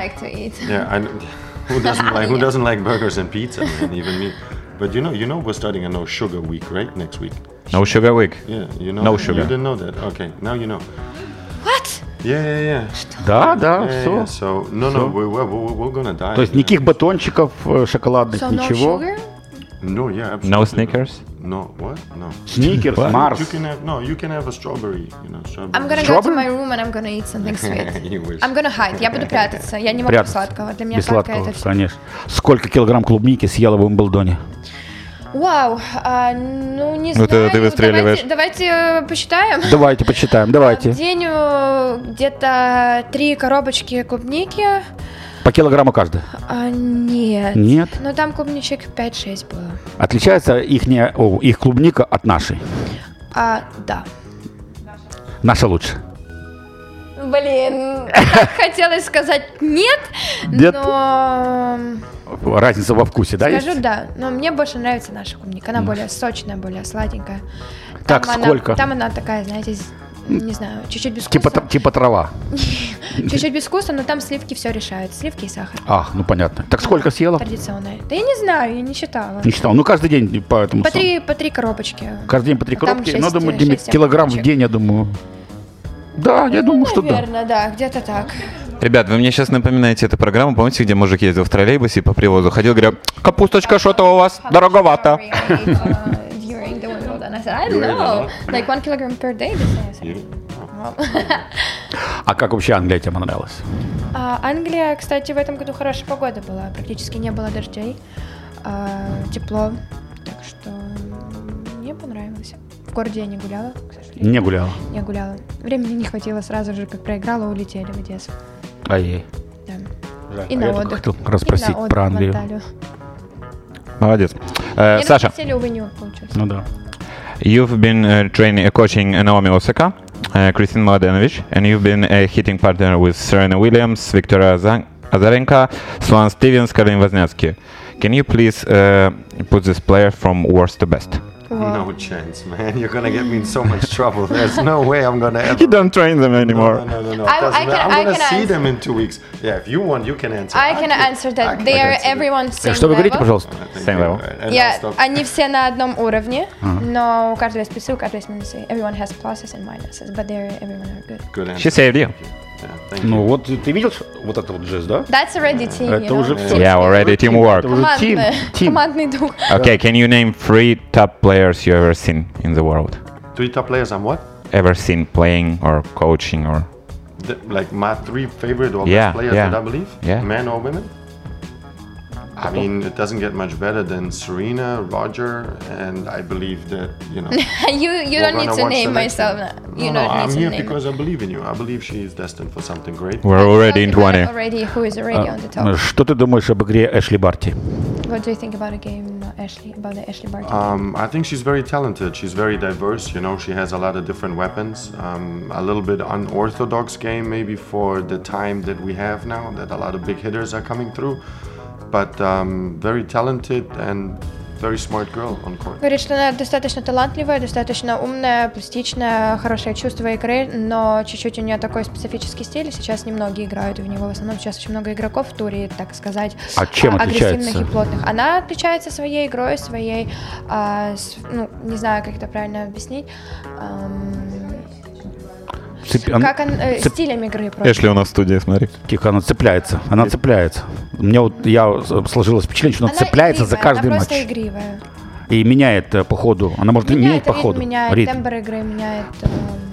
Speaker 5: Yeah, I, [LAUGHS] who doesn't like who doesn't like burgers and pizza, man? Even me. But you know, you know, we're starting a no sugar week, right? Next week.
Speaker 2: No sugar week.
Speaker 5: Yeah, you know.
Speaker 2: No
Speaker 5: that?
Speaker 2: sugar.
Speaker 5: You didn't know that. Okay, now you know. What? Yeah, yeah, yeah.
Speaker 3: Да, да,
Speaker 5: yeah,
Speaker 3: все.
Speaker 5: yeah. So no, no, we're, we're, we're, we're gonna die.
Speaker 3: То есть никаких батончиков э, шоколадных, ничего.
Speaker 5: No, yeah, absolutely.
Speaker 2: No
Speaker 5: not.
Speaker 2: Snickers.
Speaker 5: No, what? No.
Speaker 3: Сникерс,
Speaker 5: You
Speaker 3: Марс.
Speaker 5: can have no. You can have a strawberry. You know, strawberry.
Speaker 4: I'm
Speaker 5: [LAUGHS]
Speaker 4: gonna go to
Speaker 3: Strawberry?
Speaker 4: my room and I'm gonna eat something sweet.
Speaker 5: You wish.
Speaker 4: I'm gonna hide. Я буду прятаться. Я не могу
Speaker 3: Прятаться.
Speaker 4: сладкого. Для меня
Speaker 3: Без
Speaker 4: сладкое
Speaker 3: сладкого,
Speaker 4: это все.
Speaker 3: конечно. Сколько килограмм клубники съела в Умблдоне?
Speaker 4: Вау, а, ну не
Speaker 2: Ну,
Speaker 4: знаю.
Speaker 2: ты- ты выстреливаешь.
Speaker 4: Давайте, давайте, э, посчитаем.
Speaker 3: Давайте почитаем,
Speaker 4: В
Speaker 3: давайте.
Speaker 4: день э, где-то три коробочки клубники.
Speaker 3: По По килограмму каждый.
Speaker 4: А, нет.
Speaker 3: Нет?
Speaker 4: Ну там клубничек 5-6 было.
Speaker 3: Отличается их, их клубника от нашей?
Speaker 4: А, да.
Speaker 3: Наша лучше. [LAUGHS]
Speaker 4: Блин, так хотелось сказать нет,
Speaker 3: Нет.
Speaker 4: но
Speaker 3: Разница во вкусе, да?
Speaker 4: скажу
Speaker 3: А есть?
Speaker 4: да. Но мне больше нравится наша клубника. Она более сочная, более сладенькая.
Speaker 3: Так,
Speaker 4: Там она-
Speaker 3: сколько?
Speaker 4: Там она такая, знаете, с- не знаю, чуть-чуть без
Speaker 3: Типа,
Speaker 4: вкуса.
Speaker 3: тр- типа трава.
Speaker 4: Чуть-чуть без вкуса, но там сливки все решают. Сливки и сахар.
Speaker 3: А, ну понятно. Так сколько съела?
Speaker 4: Традиционная. Да я не знаю, я не считала.
Speaker 3: Не считал. Ну, каждый день по этому.
Speaker 4: По
Speaker 3: самому.
Speaker 4: три, по три коробочки.
Speaker 3: Каждый день по три
Speaker 4: Там
Speaker 3: коробки. Ну,
Speaker 4: шесть-
Speaker 3: думаю,
Speaker 4: шесть Ну,
Speaker 3: Димит, килограмм в
Speaker 4: коробочек.
Speaker 3: день, я думаю. Да, я думаю, что да.
Speaker 4: Наверное, да, где-то так.
Speaker 2: Ребят, вы мне сейчас напоминаете эту программу. Помните, где мужик ездил в троллейбусе и по привозу? Ходил, говорил, капусточка, что-то у вас дороговато.
Speaker 4: uh, During the Wimbledon. I said, I don't know. Like one kilogram per day. they say. I said,
Speaker 3: А как вообще Англия тебе понравилась?
Speaker 4: А, Англия, кстати, в этом году хорошая погода была, практически не было дождей, а, тепло, так что м, мне понравилось. В городе я не гуляла, к сожалению.
Speaker 3: Не гуляла.
Speaker 4: Не гуляла. Времени не хватило сразу же, как проиграла, улетели в Одессу.
Speaker 3: А ей.
Speaker 4: Да.
Speaker 3: Жаль.
Speaker 4: И
Speaker 3: А
Speaker 4: на
Speaker 3: я только
Speaker 4: отдых.
Speaker 3: хотел как
Speaker 4: И на
Speaker 3: раз спросить
Speaker 4: отдых
Speaker 3: про
Speaker 4: в
Speaker 3: Англию.
Speaker 4: Анталию.
Speaker 2: Молодец. Э,
Speaker 4: Мне
Speaker 2: Саша,
Speaker 4: Сели, увы, не получилось.
Speaker 3: Ну да.
Speaker 2: You've been uh, training, uh, coaching uh, Naomi Osaka, uh, Kristin Mladenovic, and you've been a hitting partner with Serena Williams, Victoria Azan- Azarenka, Sloane Stevens, Karin Wozniacki. Can you please uh, put this player from worst to best?
Speaker 4: Вау.
Speaker 5: No chance, man. You're gonna get me in so much trouble. There's no way
Speaker 4: [LAUGHS]
Speaker 5: I'm gonna ever.
Speaker 2: don't train them
Speaker 5: No, no, no, no, no.
Speaker 4: I-
Speaker 5: It doesn't
Speaker 4: I
Speaker 5: matter.
Speaker 4: can- I
Speaker 5: I'm gonna
Speaker 4: can
Speaker 5: see
Speaker 4: answer.
Speaker 5: them in two weeks. Yeah, if you want, you can answer.
Speaker 4: I can answer that. They are everyone same
Speaker 3: Э, Что вы говорите,
Speaker 4: level.
Speaker 3: пожалуйста?
Speaker 2: Same level.
Speaker 5: Э,
Speaker 4: Я- они все на одном уровне, но у каждого есть плюсы, у каждого есть минусы. Everyone has pluses and minuses, but they're everyone are good.
Speaker 2: She saved you.
Speaker 3: Ну вот ты видел что- вот это вот джиз, да?
Speaker 4: That's already team, you
Speaker 3: Это
Speaker 4: know?
Speaker 3: уже всё.
Speaker 2: Yeah, already teamwork.
Speaker 3: уже team,
Speaker 4: Командное-
Speaker 3: team.
Speaker 4: Командный дух. [LAUGHS]
Speaker 2: Okay, can you name three top players you ever seen in the world?
Speaker 5: Three top players. I'm what?
Speaker 2: Ever seen playing or coaching or?
Speaker 5: The- like my three favorite or
Speaker 2: Yeah,
Speaker 5: best players
Speaker 2: yeah.
Speaker 5: that I believe,
Speaker 2: Yeah.
Speaker 5: men or women. I mean, it doesn't get much better than Serena, Roger, and I believe that you know.
Speaker 4: You, you
Speaker 5: we're
Speaker 4: don't need to
Speaker 5: gonna watch the
Speaker 4: name
Speaker 5: next
Speaker 4: myself.
Speaker 5: one.
Speaker 4: no.
Speaker 5: No,
Speaker 4: You
Speaker 5: no,
Speaker 4: don't
Speaker 5: I'm
Speaker 4: need to
Speaker 5: here
Speaker 4: name.
Speaker 5: because I believe in you. I believe she is destined for something great.
Speaker 2: We're already in Uh,
Speaker 4: Talking about
Speaker 2: 20.
Speaker 4: Already who is already on the
Speaker 3: Ну,
Speaker 4: top.
Speaker 3: Что ты думаешь об игре Эшли Барти?
Speaker 4: What do you think about a game, uh, Ashley, about the Ashley Barty?
Speaker 5: Um, I think she's very talented. She's very diverse. You know, she has a lot of different weapons. Um, a little bit unorthodox game, maybe for the time that we have now, that a lot of big hitters are coming through. But um, very talented and very smart girl on court.
Speaker 4: Говорит, что она достаточно талантливая, достаточно умная, пластичная, хорошее чувство игры, но чуть-чуть у нее такой специфический стиль, сейчас немногие играют в него, в основном сейчас очень много игроков в туре, так сказать,
Speaker 3: А чем
Speaker 4: а, агрессивных
Speaker 3: отличается?
Speaker 4: и плотных. Она отличается своей игрой, своей, а, с- ну, не знаю, как это правильно объяснить, ам,
Speaker 3: Цепи- Типа, она-
Speaker 4: как он, э,
Speaker 3: цеп-
Speaker 4: стилем игры просто.
Speaker 2: Эшли у нас в студии, смотри.
Speaker 3: Тихо, она цепляется. Она цепляется. Мне вот я с- сложилось впечатление, что она, цепляется за
Speaker 4: игривая, она
Speaker 3: каждый матч.
Speaker 4: просто игривая.
Speaker 3: И меняет э, по ходу. Она может менять
Speaker 4: Меняет
Speaker 3: по
Speaker 4: ритм,
Speaker 3: ходу.
Speaker 4: меняет
Speaker 3: Ритм.
Speaker 4: тембр игры, меняет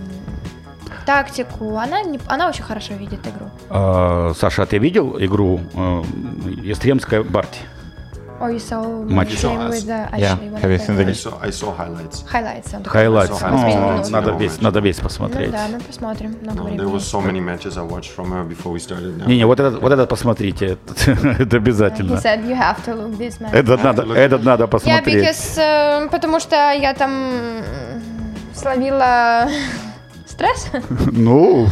Speaker 4: эм, тактику. Она, не, она очень хорошо видит игру.
Speaker 3: А, Саша, а ты видел игру э, Естремская Барти?
Speaker 4: Or you saw my
Speaker 3: Матч.
Speaker 4: game
Speaker 5: Saw us.
Speaker 4: with the
Speaker 2: Yeah.
Speaker 4: actually one
Speaker 2: Have you
Speaker 4: of
Speaker 2: seen
Speaker 4: the
Speaker 5: I
Speaker 2: the-
Speaker 5: saw, I saw highlights.
Speaker 4: highlights on the
Speaker 3: Хайлайтс.
Speaker 5: Highlights.
Speaker 4: Highlights.
Speaker 3: Надо
Speaker 5: Highlights.
Speaker 3: весь, надо весь
Speaker 4: Ну
Speaker 3: посмотреть.
Speaker 4: да, мы посмотрим. Много
Speaker 5: No,
Speaker 4: времени.
Speaker 5: there were so many matches I watched from her before we started. Now.
Speaker 3: Не-не, вот этот, вот этот посмотрите. [LAUGHS] этот- Это
Speaker 4: He
Speaker 3: обязательно.
Speaker 4: said you have to look this match.
Speaker 3: Этот надо, этот надо
Speaker 4: Yeah,
Speaker 3: посмотреть.
Speaker 4: because, э, потому что я там м, словила [LAUGHS] стресс.
Speaker 3: Ну,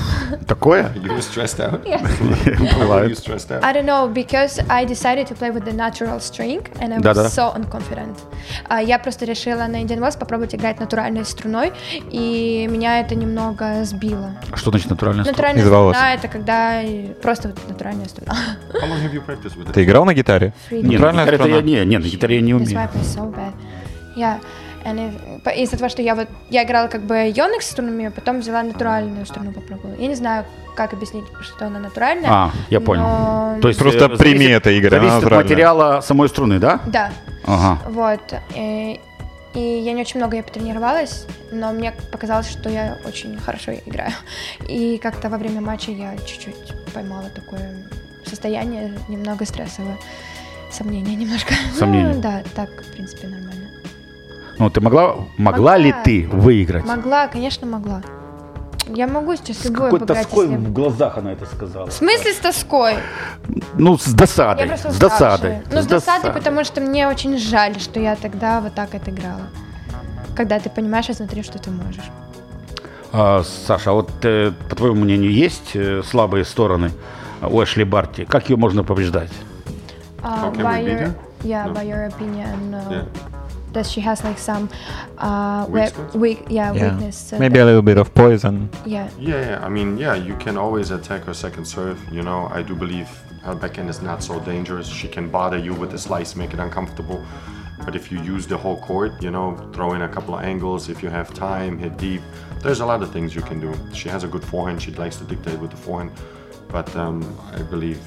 Speaker 3: такое
Speaker 5: You [LAUGHS] were
Speaker 4: [LAUGHS]
Speaker 5: stressed out.
Speaker 4: Yes.
Speaker 5: Were you
Speaker 3: бывает.
Speaker 5: stressed out?
Speaker 4: I don't know, because I decided to play with the natural string, and I was
Speaker 3: Да-да.
Speaker 4: so unconfident. А, я просто решила на Indian Wells попробовать играть натуральной струной, и меня это немного сбило.
Speaker 3: А Что значит натуральная струна?
Speaker 4: Натуральная
Speaker 2: Из волос.
Speaker 4: струна — это когда и- просто вот натуральная струна. [LAUGHS]
Speaker 5: How long have you practiced with it?
Speaker 2: Ты играл на гитаре?
Speaker 4: Freedom.
Speaker 3: Не, ну на
Speaker 2: Натуральная
Speaker 3: гитаре-то
Speaker 2: струна.
Speaker 3: я не, не, на гитаре я не
Speaker 4: That's why I
Speaker 3: умею.
Speaker 4: play so bad. Yeah. And if- по- из-за того, что я вот я играла как бы йоник струнами, а потом взяла натуральную струну попробовала. Я не знаю, как объяснить, что она натуральная.
Speaker 3: А, я понял.
Speaker 4: но-
Speaker 3: То есть
Speaker 2: Просто
Speaker 3: э, зависит-
Speaker 2: прими это, Игорь, она
Speaker 3: Зависит от
Speaker 2: натуральная.
Speaker 3: материала самой струны, да?
Speaker 4: Да,
Speaker 3: Ага.
Speaker 4: вот. И, и я не очень много я потренировалась, но мне показалось, что я очень хорошо играю. И как-то во время матча я чуть-чуть поймала такое состояние, немного стрессовое. Сомнения немножко.
Speaker 3: Сомнения.
Speaker 4: Ну, да, так, в принципе, нормально.
Speaker 3: Ну, ты могла, могла ли ты выиграть?
Speaker 4: Могла, конечно, могла. Я могу сейчас с любой
Speaker 3: Какой
Speaker 4: обыграть,
Speaker 3: тоской
Speaker 4: если-
Speaker 3: в глазах она это сказала.
Speaker 4: В смысле с тоской?
Speaker 3: Ну, с
Speaker 4: Я
Speaker 3: досадой.
Speaker 4: просто
Speaker 3: С
Speaker 4: уставшая.
Speaker 3: досадой.
Speaker 4: Ну, с досадой, потому что мне очень жаль, что я тогда вот так отыграла. Когда ты понимаешь изнутри, что ты можешь.
Speaker 3: А, Саша, а вот э, по твоему мнению, есть э, слабые стороны у Эшли Барти? Как ее
Speaker 4: [LAUGHS]
Speaker 3: можно побеждать?
Speaker 4: Uh,
Speaker 5: How can
Speaker 4: by
Speaker 5: we beat
Speaker 4: your,
Speaker 5: her?
Speaker 4: yeah,
Speaker 5: No.
Speaker 4: by your opinion, uh,
Speaker 5: Ну. Yeah.
Speaker 4: that she has like some uh, we-
Speaker 5: Weakness?
Speaker 4: weak,
Speaker 2: Yeah.
Speaker 4: yeah, weakness. uh,
Speaker 2: Maybe a little bit of poison.
Speaker 4: yeah.
Speaker 5: Yeah, yeah, I mean, yeah, you can always attack her second serve. You know, I do believe her backhand is not so dangerous. She can bother you with the slice, make it uncomfortable. But if you use the whole court, you know, throw in a couple of angles, if you have time, hit deep, there's a lot of things you can do. She has a good forehand, she likes to dictate with the forehand. But um, I believe.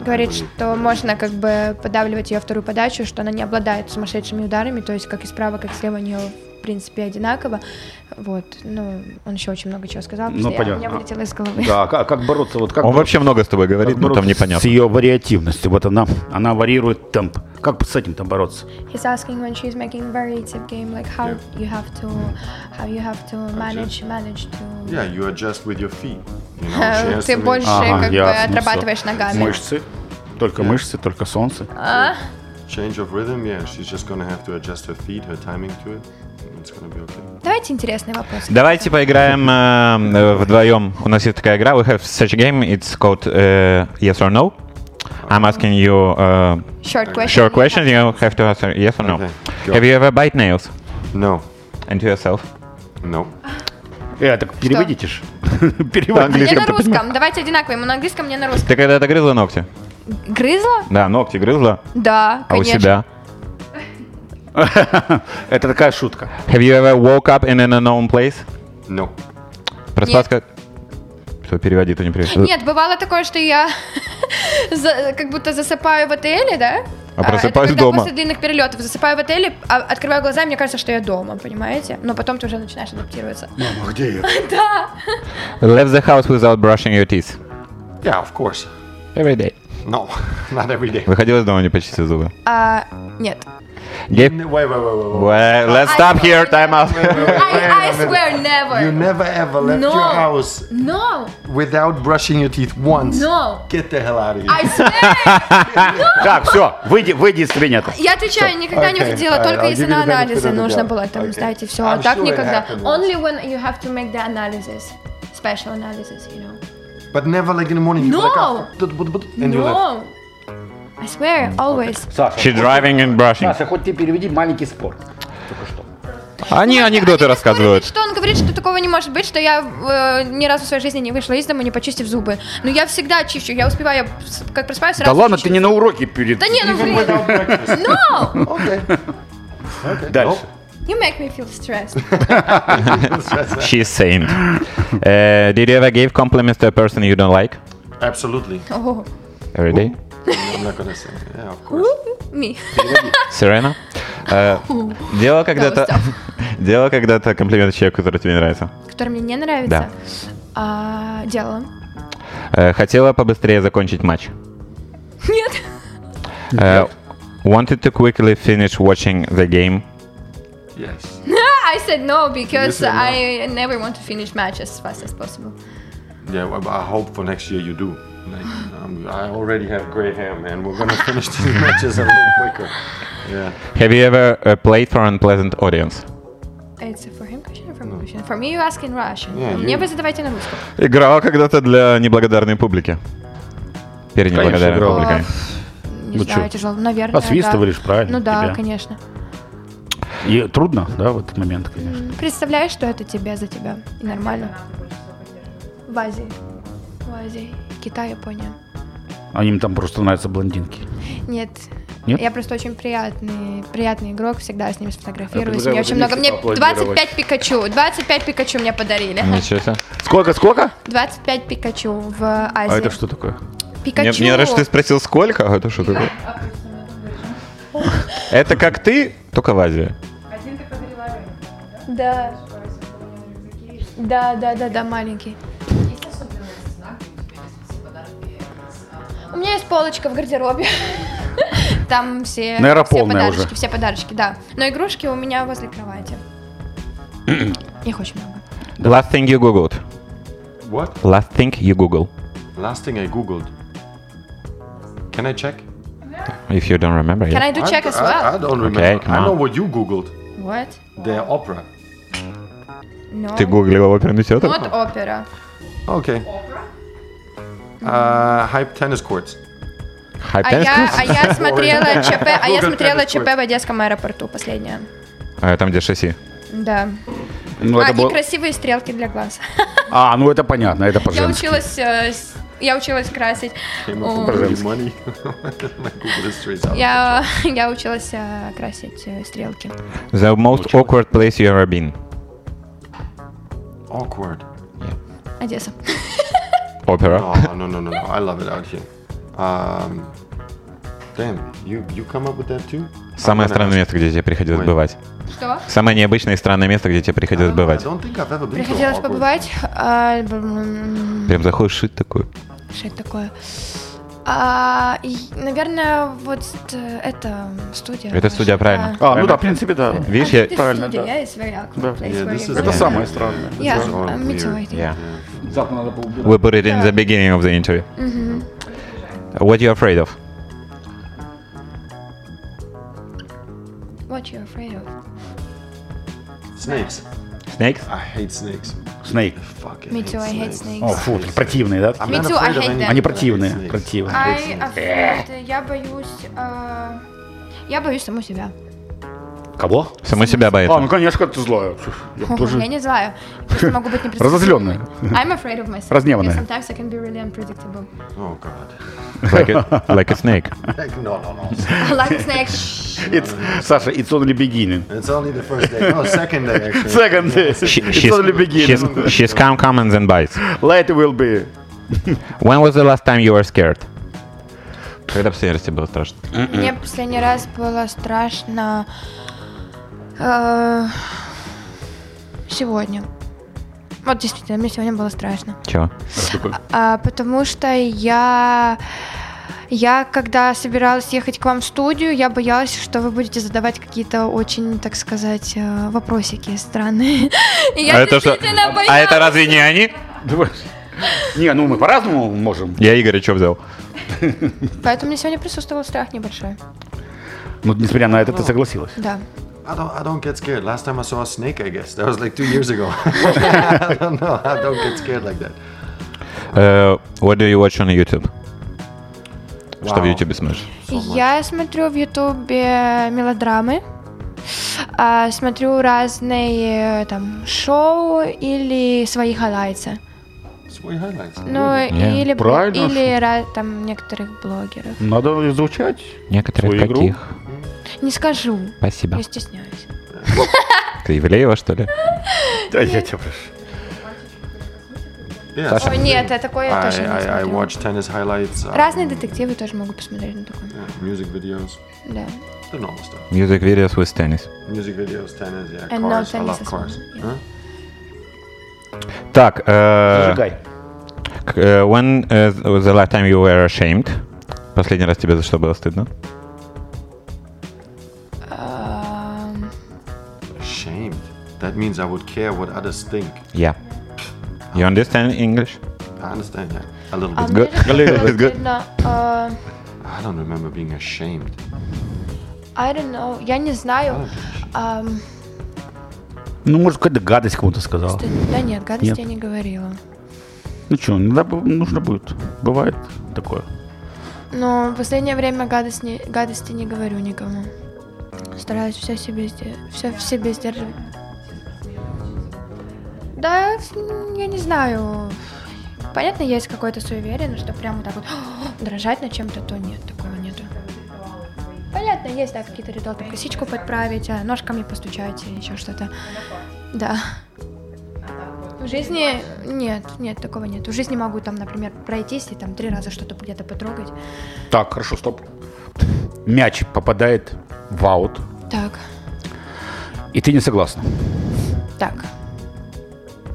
Speaker 5: I
Speaker 4: Говорит,
Speaker 5: believe-
Speaker 4: что можно как бы подавливать ее вторую подачу, что она не обладает сумасшедшими ударами, то есть как и справа, как и слева у нее в принципе одинаково. Вот, ну, он еще очень много чего сказал, потому
Speaker 3: Ну,
Speaker 4: что я- у
Speaker 3: понятно.
Speaker 4: меня вылетело из головы.
Speaker 3: Да, а ка- как, бороться? Вот как
Speaker 2: Он
Speaker 3: бороться-
Speaker 2: вообще много с тобой
Speaker 3: как
Speaker 2: говорит, но там
Speaker 3: бороться С
Speaker 2: непонятно.
Speaker 3: ее вариативностью. Вот она, она варьирует темп. Как с этим там бороться?
Speaker 4: He's asking when she's making variative game, like how you have to, how you have to manage, manage to.
Speaker 5: Yeah, you adjust with your feet. You
Speaker 4: Э,
Speaker 5: know, she has
Speaker 4: Ты
Speaker 5: to make-
Speaker 4: больше
Speaker 3: Ага,
Speaker 4: как бы
Speaker 3: ясно, всё.
Speaker 4: отрабатываешь ногами.
Speaker 3: Мышцы. Только мышцы, только солнце.
Speaker 4: А.
Speaker 5: change of rhythm, yeah, she's just gonna have to adjust her feet, her timing to it. It's gonna be okay.
Speaker 4: Давайте интересный вопрос.
Speaker 2: Давайте поиграем э, э, вдвоем. У нас есть такая игра. We have such a game. It's called э, Yes or No. I'm asking you uh,
Speaker 4: Short question.
Speaker 2: short question. You have to answer yes or no.
Speaker 5: Okay, go.
Speaker 2: Have you ever bite nails?
Speaker 5: No,
Speaker 2: And to yourself?
Speaker 5: no.
Speaker 3: Э, так переводите [LAUGHS] ж.
Speaker 4: А Мне на
Speaker 3: Переводите.
Speaker 4: русском. Давайте одинаково. Ему на английском, мне на русском.
Speaker 2: Ты когда-то грызла ногти?
Speaker 4: Грызла?
Speaker 2: Да, ногти грызла.
Speaker 4: Да,
Speaker 2: А у
Speaker 4: конечно.
Speaker 2: себя?
Speaker 3: Это такая шутка.
Speaker 2: Have you ever woke up in an unknown place?
Speaker 5: No.
Speaker 2: Проспалась как... Что, переводи, ты не переводишь.
Speaker 5: Э,
Speaker 4: Нет, бывало такое, что я [LAUGHS] за- как будто засыпаю в отеле, да?
Speaker 2: А
Speaker 4: это
Speaker 2: просыпаюсь
Speaker 4: когда
Speaker 2: дома.
Speaker 4: После длинных перелетов засыпаю в отеле, а открываю глаза, и мне кажется, что я дома, понимаете? Но потом ты уже начинаешь адаптироваться. [LAUGHS]
Speaker 2: Left the house without brushing your teeth.
Speaker 5: Yeah, of course.
Speaker 2: Every day.
Speaker 5: No, [LAUGHS] not every day.
Speaker 2: Выходила из дома, не почистила зубы.
Speaker 4: А, нет.
Speaker 2: Gave...
Speaker 5: Wait, wait, wait, wait,
Speaker 4: А,
Speaker 5: wait.
Speaker 2: Well, let's stop here, time out.
Speaker 5: Э,
Speaker 4: I, I swear
Speaker 5: You
Speaker 4: never.
Speaker 5: never ever left
Speaker 4: No.
Speaker 5: your house
Speaker 4: No,
Speaker 5: without brushing your teeth once.
Speaker 4: no.
Speaker 5: Get the hell out of here.
Speaker 4: I swear.
Speaker 3: Так, все, выйди, выйди из кабинета.
Speaker 4: Я отвечаю, никогда не
Speaker 5: Okay.
Speaker 4: выходила,
Speaker 5: Alright,
Speaker 4: только
Speaker 5: э, I'll
Speaker 4: если
Speaker 5: give you
Speaker 4: на
Speaker 5: the benefit
Speaker 4: анализы
Speaker 5: of the
Speaker 4: нужно
Speaker 5: doubt.
Speaker 4: было, там,
Speaker 5: Okay.
Speaker 4: знаете, все,
Speaker 5: I'm
Speaker 4: а так
Speaker 5: sure it
Speaker 4: никогда.
Speaker 5: happened once.
Speaker 4: Only when you have to make the analysis, special analysis, you know.
Speaker 5: But never like in the morning. you're
Speaker 4: No.
Speaker 5: Like, "Ah, fuck, tut, tut, tut," and you left.
Speaker 4: No, I swear, always.
Speaker 3: Саша,
Speaker 2: She driving and brushing.
Speaker 3: Саша, хоть ты переведи маленький спор. Только что.
Speaker 2: Они анекдоты
Speaker 4: Они спорят,
Speaker 2: рассказывают.
Speaker 4: Что он говорит, что такого не может быть, что я э, ни разу в своей жизни не вышла из дома, не почистив зубы. Но я всегда чищу, я успеваю, я с- как просыпаюсь,
Speaker 3: Да
Speaker 4: сразу
Speaker 3: ладно,
Speaker 4: чищу.
Speaker 3: ты не на уроке перед.
Speaker 4: Да не, ну блин, [LAUGHS]
Speaker 5: Without
Speaker 3: [LAUGHS]
Speaker 5: breakfast.
Speaker 4: no!
Speaker 5: Okay.
Speaker 3: Дальше.
Speaker 4: You make me feel
Speaker 3: [LAUGHS]
Speaker 4: stressed.
Speaker 2: She's saying. Uh, did you ever give compliments to a person you don't like?
Speaker 5: Absolutely.
Speaker 4: Oh,
Speaker 2: Every day?
Speaker 5: I'm not gonna say. Yeah, of course.
Speaker 4: me.
Speaker 2: Сирена? Э, делала когда-то...
Speaker 4: Да,
Speaker 2: [LAUGHS] Делала когда-то комплимент человеку, который тебе не нравится.
Speaker 4: Который мне не нравится. А, Делала. [LAUGHS]
Speaker 2: Э, хотела побыстрее закончить матч.
Speaker 4: Нет.
Speaker 2: Э, wanted to quickly finish watching the game.
Speaker 5: Yes.
Speaker 4: I said no because
Speaker 5: said no.
Speaker 4: I never want to finish match as fast as possible.
Speaker 5: Yeah, well, I hope for next year you do. Like, um, I already have gray hair, man. We're gonna finish these matches a little quicker. Yeah.
Speaker 2: Have you ever uh, played for an unpleasant audience?
Speaker 4: It's a for him question or for
Speaker 3: Ну.
Speaker 4: me question? For me you ask in Russian.
Speaker 5: Не,
Speaker 4: Мне
Speaker 5: you-
Speaker 4: вы задавайте на русском.
Speaker 2: Играла когда-то для неблагодарной публики. Перед неблагодарной
Speaker 3: играла.
Speaker 2: публикой.
Speaker 4: Не
Speaker 3: Ну
Speaker 4: знаю,
Speaker 3: чё?
Speaker 4: тяжело. Наверное,
Speaker 3: Посвистываешь,
Speaker 4: да.
Speaker 3: правильно,
Speaker 4: Ну да,
Speaker 3: тебя.
Speaker 4: конечно.
Speaker 3: И трудно, да, в этот момент, конечно.
Speaker 4: Представляешь, что это тебе за тебя. И нормально. В Азии. В Азии. Китай, Япония.
Speaker 3: А им там просто нравятся блондинки.
Speaker 4: Нет.
Speaker 3: Нет?
Speaker 4: Я просто очень приятный, приятный игрок, всегда с
Speaker 2: А
Speaker 4: ними сфотографируюсь.
Speaker 3: предлагаю
Speaker 4: Мне очень
Speaker 3: вот
Speaker 4: много.
Speaker 3: вместе
Speaker 4: Мне
Speaker 3: поаплодировать.
Speaker 4: 25 Пикачу. 25 Пикачу мне подарили.
Speaker 2: Ничего себе.
Speaker 3: Сколько, сколько?
Speaker 4: 25 Пикачу в
Speaker 3: А
Speaker 4: Азии.
Speaker 3: это что такое?
Speaker 2: Мне,
Speaker 4: Пикачу.
Speaker 2: мне нравится, что ты спросил, сколько, а это что такое? Это как ты, только в Азии.
Speaker 4: Да. Да, да, да, да, маленький. У меня есть полочка в гардеробе. [LAUGHS] Там все,
Speaker 3: Наверно,
Speaker 4: все
Speaker 3: полная
Speaker 4: подарочки,
Speaker 3: уже.
Speaker 4: все подарочки, да. Но
Speaker 3: [CLEARS THROAT]
Speaker 4: игрушки у меня возле кровати. Их очень много.
Speaker 2: Last thing you googled.
Speaker 5: What?
Speaker 2: Last thing you Google,
Speaker 5: Last thing I googled. Can I check?
Speaker 2: if you don't remember.
Speaker 4: Can
Speaker 2: yeah.
Speaker 4: I
Speaker 3: А,
Speaker 4: do check
Speaker 5: I,
Speaker 4: as
Speaker 5: I- I,
Speaker 4: well?
Speaker 5: don't remember.
Speaker 2: Okay, come
Speaker 5: I know
Speaker 2: on.
Speaker 5: what you googled.
Speaker 4: What?
Speaker 5: The opera.
Speaker 4: No.
Speaker 2: Ты гуглил оперный театр?
Speaker 4: Not opera.
Speaker 5: Okay. Uh, hype tennis courts.
Speaker 4: Oh.
Speaker 2: Хайп
Speaker 4: А я, а
Speaker 3: [LAUGHS]
Speaker 4: я смотрела ЧП, а я
Speaker 5: Google
Speaker 4: смотрела
Speaker 5: Translate.
Speaker 4: ЧП в Одесском аэропорту последнее.
Speaker 2: А Там, где шасси.
Speaker 4: Да.
Speaker 3: Ну,
Speaker 4: А,
Speaker 3: это
Speaker 4: и
Speaker 3: было-
Speaker 4: красивые стрелки для глаз. [LAUGHS]
Speaker 3: А, ну это понятно, это
Speaker 4: Я
Speaker 3: по-женски.
Speaker 4: училась, э, с- я училась красить.
Speaker 5: Came
Speaker 4: о,
Speaker 5: up with bloody money. [LAUGHS] My Google history is out.
Speaker 4: Я, [LAUGHS] я училась э, красить э, стрелки.
Speaker 2: The most awkward place you ever been.
Speaker 5: Awkward. Oh,
Speaker 4: Одесса.
Speaker 2: Опера.
Speaker 5: No, no, no, no, no. I love it out here. Um, damn, you you come up with that too?
Speaker 2: Самое
Speaker 5: I'm gonna
Speaker 2: странное
Speaker 5: ask-
Speaker 2: место, где тебе приходилось
Speaker 5: Ой.
Speaker 2: бывать.
Speaker 4: Что?
Speaker 2: Самое необычное и странное место, где тебе
Speaker 4: А.
Speaker 2: приходилось бывать.
Speaker 5: I don't think I've ever been to
Speaker 4: Приходилось
Speaker 5: awkward.
Speaker 4: побывать. а, м,
Speaker 2: Прям заходишь, шить такое.
Speaker 4: Что это такое? А, и, наверное, вот э, это студия.
Speaker 2: Это студия, правильно.
Speaker 3: А, ну да, в принципе, да.
Speaker 2: Видишь, я...
Speaker 4: This
Speaker 3: Правильно,
Speaker 4: studio,
Speaker 3: да.
Speaker 4: yeah, it's very awkward
Speaker 3: Да.
Speaker 4: place
Speaker 5: Yeah,
Speaker 4: where
Speaker 5: this
Speaker 4: you
Speaker 5: is
Speaker 4: go.
Speaker 3: Это
Speaker 5: Yeah.
Speaker 3: самое странное.
Speaker 4: Yeah,
Speaker 5: This is all
Speaker 4: I'm
Speaker 5: weird.
Speaker 4: excited.
Speaker 2: Yeah.
Speaker 3: Завтра надо поубирать.
Speaker 2: We put it in the beginning of the interview.
Speaker 4: Mm-hmm.
Speaker 2: What you afraid of?
Speaker 4: What you afraid of?
Speaker 5: Snakes.
Speaker 2: Snakes?
Speaker 5: I hate snakes.
Speaker 3: Снейк.
Speaker 5: Fuck it.
Speaker 4: Me too, I hate snakes.
Speaker 2: Oh.
Speaker 3: О, фу, такие противные, да?
Speaker 5: I'm
Speaker 4: Me
Speaker 5: not
Speaker 4: too, I hate
Speaker 5: afraid of anything.
Speaker 4: them.
Speaker 3: Они
Speaker 5: I hate
Speaker 3: противные,
Speaker 5: snakes.
Speaker 3: противные.
Speaker 4: I afraid, я боюсь... э, Я боюсь саму себя.
Speaker 3: Кого?
Speaker 2: Саму себя
Speaker 3: А, ну
Speaker 2: боится.
Speaker 3: конечно, ты злая. Я
Speaker 4: Я
Speaker 3: тоже
Speaker 4: не знаю. Просто могу быть непредсказуемой.
Speaker 3: Разозленная.
Speaker 4: I'm afraid of myself.
Speaker 3: Разгневанная.
Speaker 4: because Sometimes I can be really unpredictable. [LAUGHS]
Speaker 5: Oh god. [LAUGHS]
Speaker 2: Like a,
Speaker 3: [LAUGHS]
Speaker 2: like a snake.
Speaker 5: Heck, no, no, no.
Speaker 4: I like snakes.
Speaker 3: It's- Саша, it's only beginning.
Speaker 5: It's only the first day. No, second day actually.
Speaker 3: Second day. It's
Speaker 2: she's,
Speaker 3: only
Speaker 2: she's,
Speaker 3: beginning.
Speaker 2: she's calm, calm and then bites.
Speaker 3: Later will be.
Speaker 2: When was the last time you were scared? Когда последний раз тебе было страшно?
Speaker 4: Мне последний раз было страшно... э, Сегодня. Вот действительно, мне сегодня было страшно.
Speaker 2: Чего?
Speaker 4: А, потому что я... Я, когда собиралась ехать к вам в студию, я боялась, что вы будете задавать какие-то очень, так сказать, э, вопросики странные. [LAUGHS] И я действительно боялась.
Speaker 2: А это разве не они?
Speaker 3: Давай. Не, ну мы по-разному можем.
Speaker 2: Я Игоря что взял?
Speaker 4: Поэтому мне сегодня присутствовал страх небольшой.
Speaker 3: Но Ну, несмотря на это, ты согласилась.
Speaker 4: Да.
Speaker 5: I don't I don't get scared. Last time I saw a snake, I guess. That was like two years ago. [LAUGHS] I don't know. I don't get scared like that.
Speaker 2: Э, what do you watch on YouTube? Что в
Speaker 5: Вау.
Speaker 2: YouTube смотришь?
Speaker 4: Я смотрю в Ютубе мелодрамы, а, смотрю разные э, там шоу или свои хайлайтсы.
Speaker 5: Свои highlights.
Speaker 4: Ну,
Speaker 2: Не,
Speaker 4: или, бл-
Speaker 3: правильно,
Speaker 4: или ра- там некоторых блогеров.
Speaker 3: Надо изучать.
Speaker 2: Некоторых
Speaker 3: Свою игру?
Speaker 2: каких?
Speaker 4: Не скажу,
Speaker 2: Спасибо.
Speaker 4: я стесняюсь.
Speaker 2: Ты Ивлеева, что ли?
Speaker 3: Да, я тебя прошу.
Speaker 5: Yeah,
Speaker 4: О, нет, я такое
Speaker 5: I,
Speaker 4: тоже не
Speaker 5: I, I
Speaker 4: смотрю.
Speaker 5: watch tennis highlights, uh,
Speaker 4: Разные детективы тоже могу посмотреть на такое.
Speaker 5: yeah, music videos,
Speaker 4: Да.
Speaker 5: the normal stuff.
Speaker 2: Music videos with tennis.
Speaker 5: Music videos, tennis, yeah,
Speaker 4: And no
Speaker 5: cars. I
Speaker 4: tennis
Speaker 5: love
Speaker 4: as
Speaker 5: cars.
Speaker 4: well, yeah.
Speaker 5: Huh?
Speaker 2: Так, э,
Speaker 3: Зажигай.
Speaker 2: к- э, when э, the last time you were ashamed? Последний раз тебе за что было стыдно?
Speaker 4: Ам,
Speaker 5: Ashamed. That means I would care what others think.
Speaker 2: Я. You understand English?
Speaker 5: I understand that a little
Speaker 4: а
Speaker 5: bit.
Speaker 4: мне же
Speaker 2: Good.
Speaker 4: было
Speaker 2: It's good.
Speaker 4: стыдно, а,
Speaker 5: I don't remember being ashamed.
Speaker 4: I don't know, я не знаю. Ам,
Speaker 3: Ну, может, какая-то гадость кому-то сказала.
Speaker 4: стыдно. Да нет, гадость
Speaker 3: Нет.
Speaker 4: я не говорила.
Speaker 3: Ну что, иногда бу- нужно будет. Бывает такое.
Speaker 4: Но в последнее время гадость не- гадости не говорю никому. Стараюсь все, себе, сде- все в себе сдерживать. Да, с- м, я не знаю. Понятно, есть какое-то суеверие, но что прямо так вот дрожать на чем-то, то нет, такого нету. Понятно, есть, да, какие-то ритуалы, там, косичку подправить, а, ножками постучать, и еще что-то. Да. В жизни нет, нет, такого нет. В жизни могу там, например, пройтись и там три раза что-то где-то потрогать.
Speaker 3: Так, хорошо, стоп. Мяч попадает в аут,
Speaker 4: Так,
Speaker 3: и ты не согласна.
Speaker 4: так.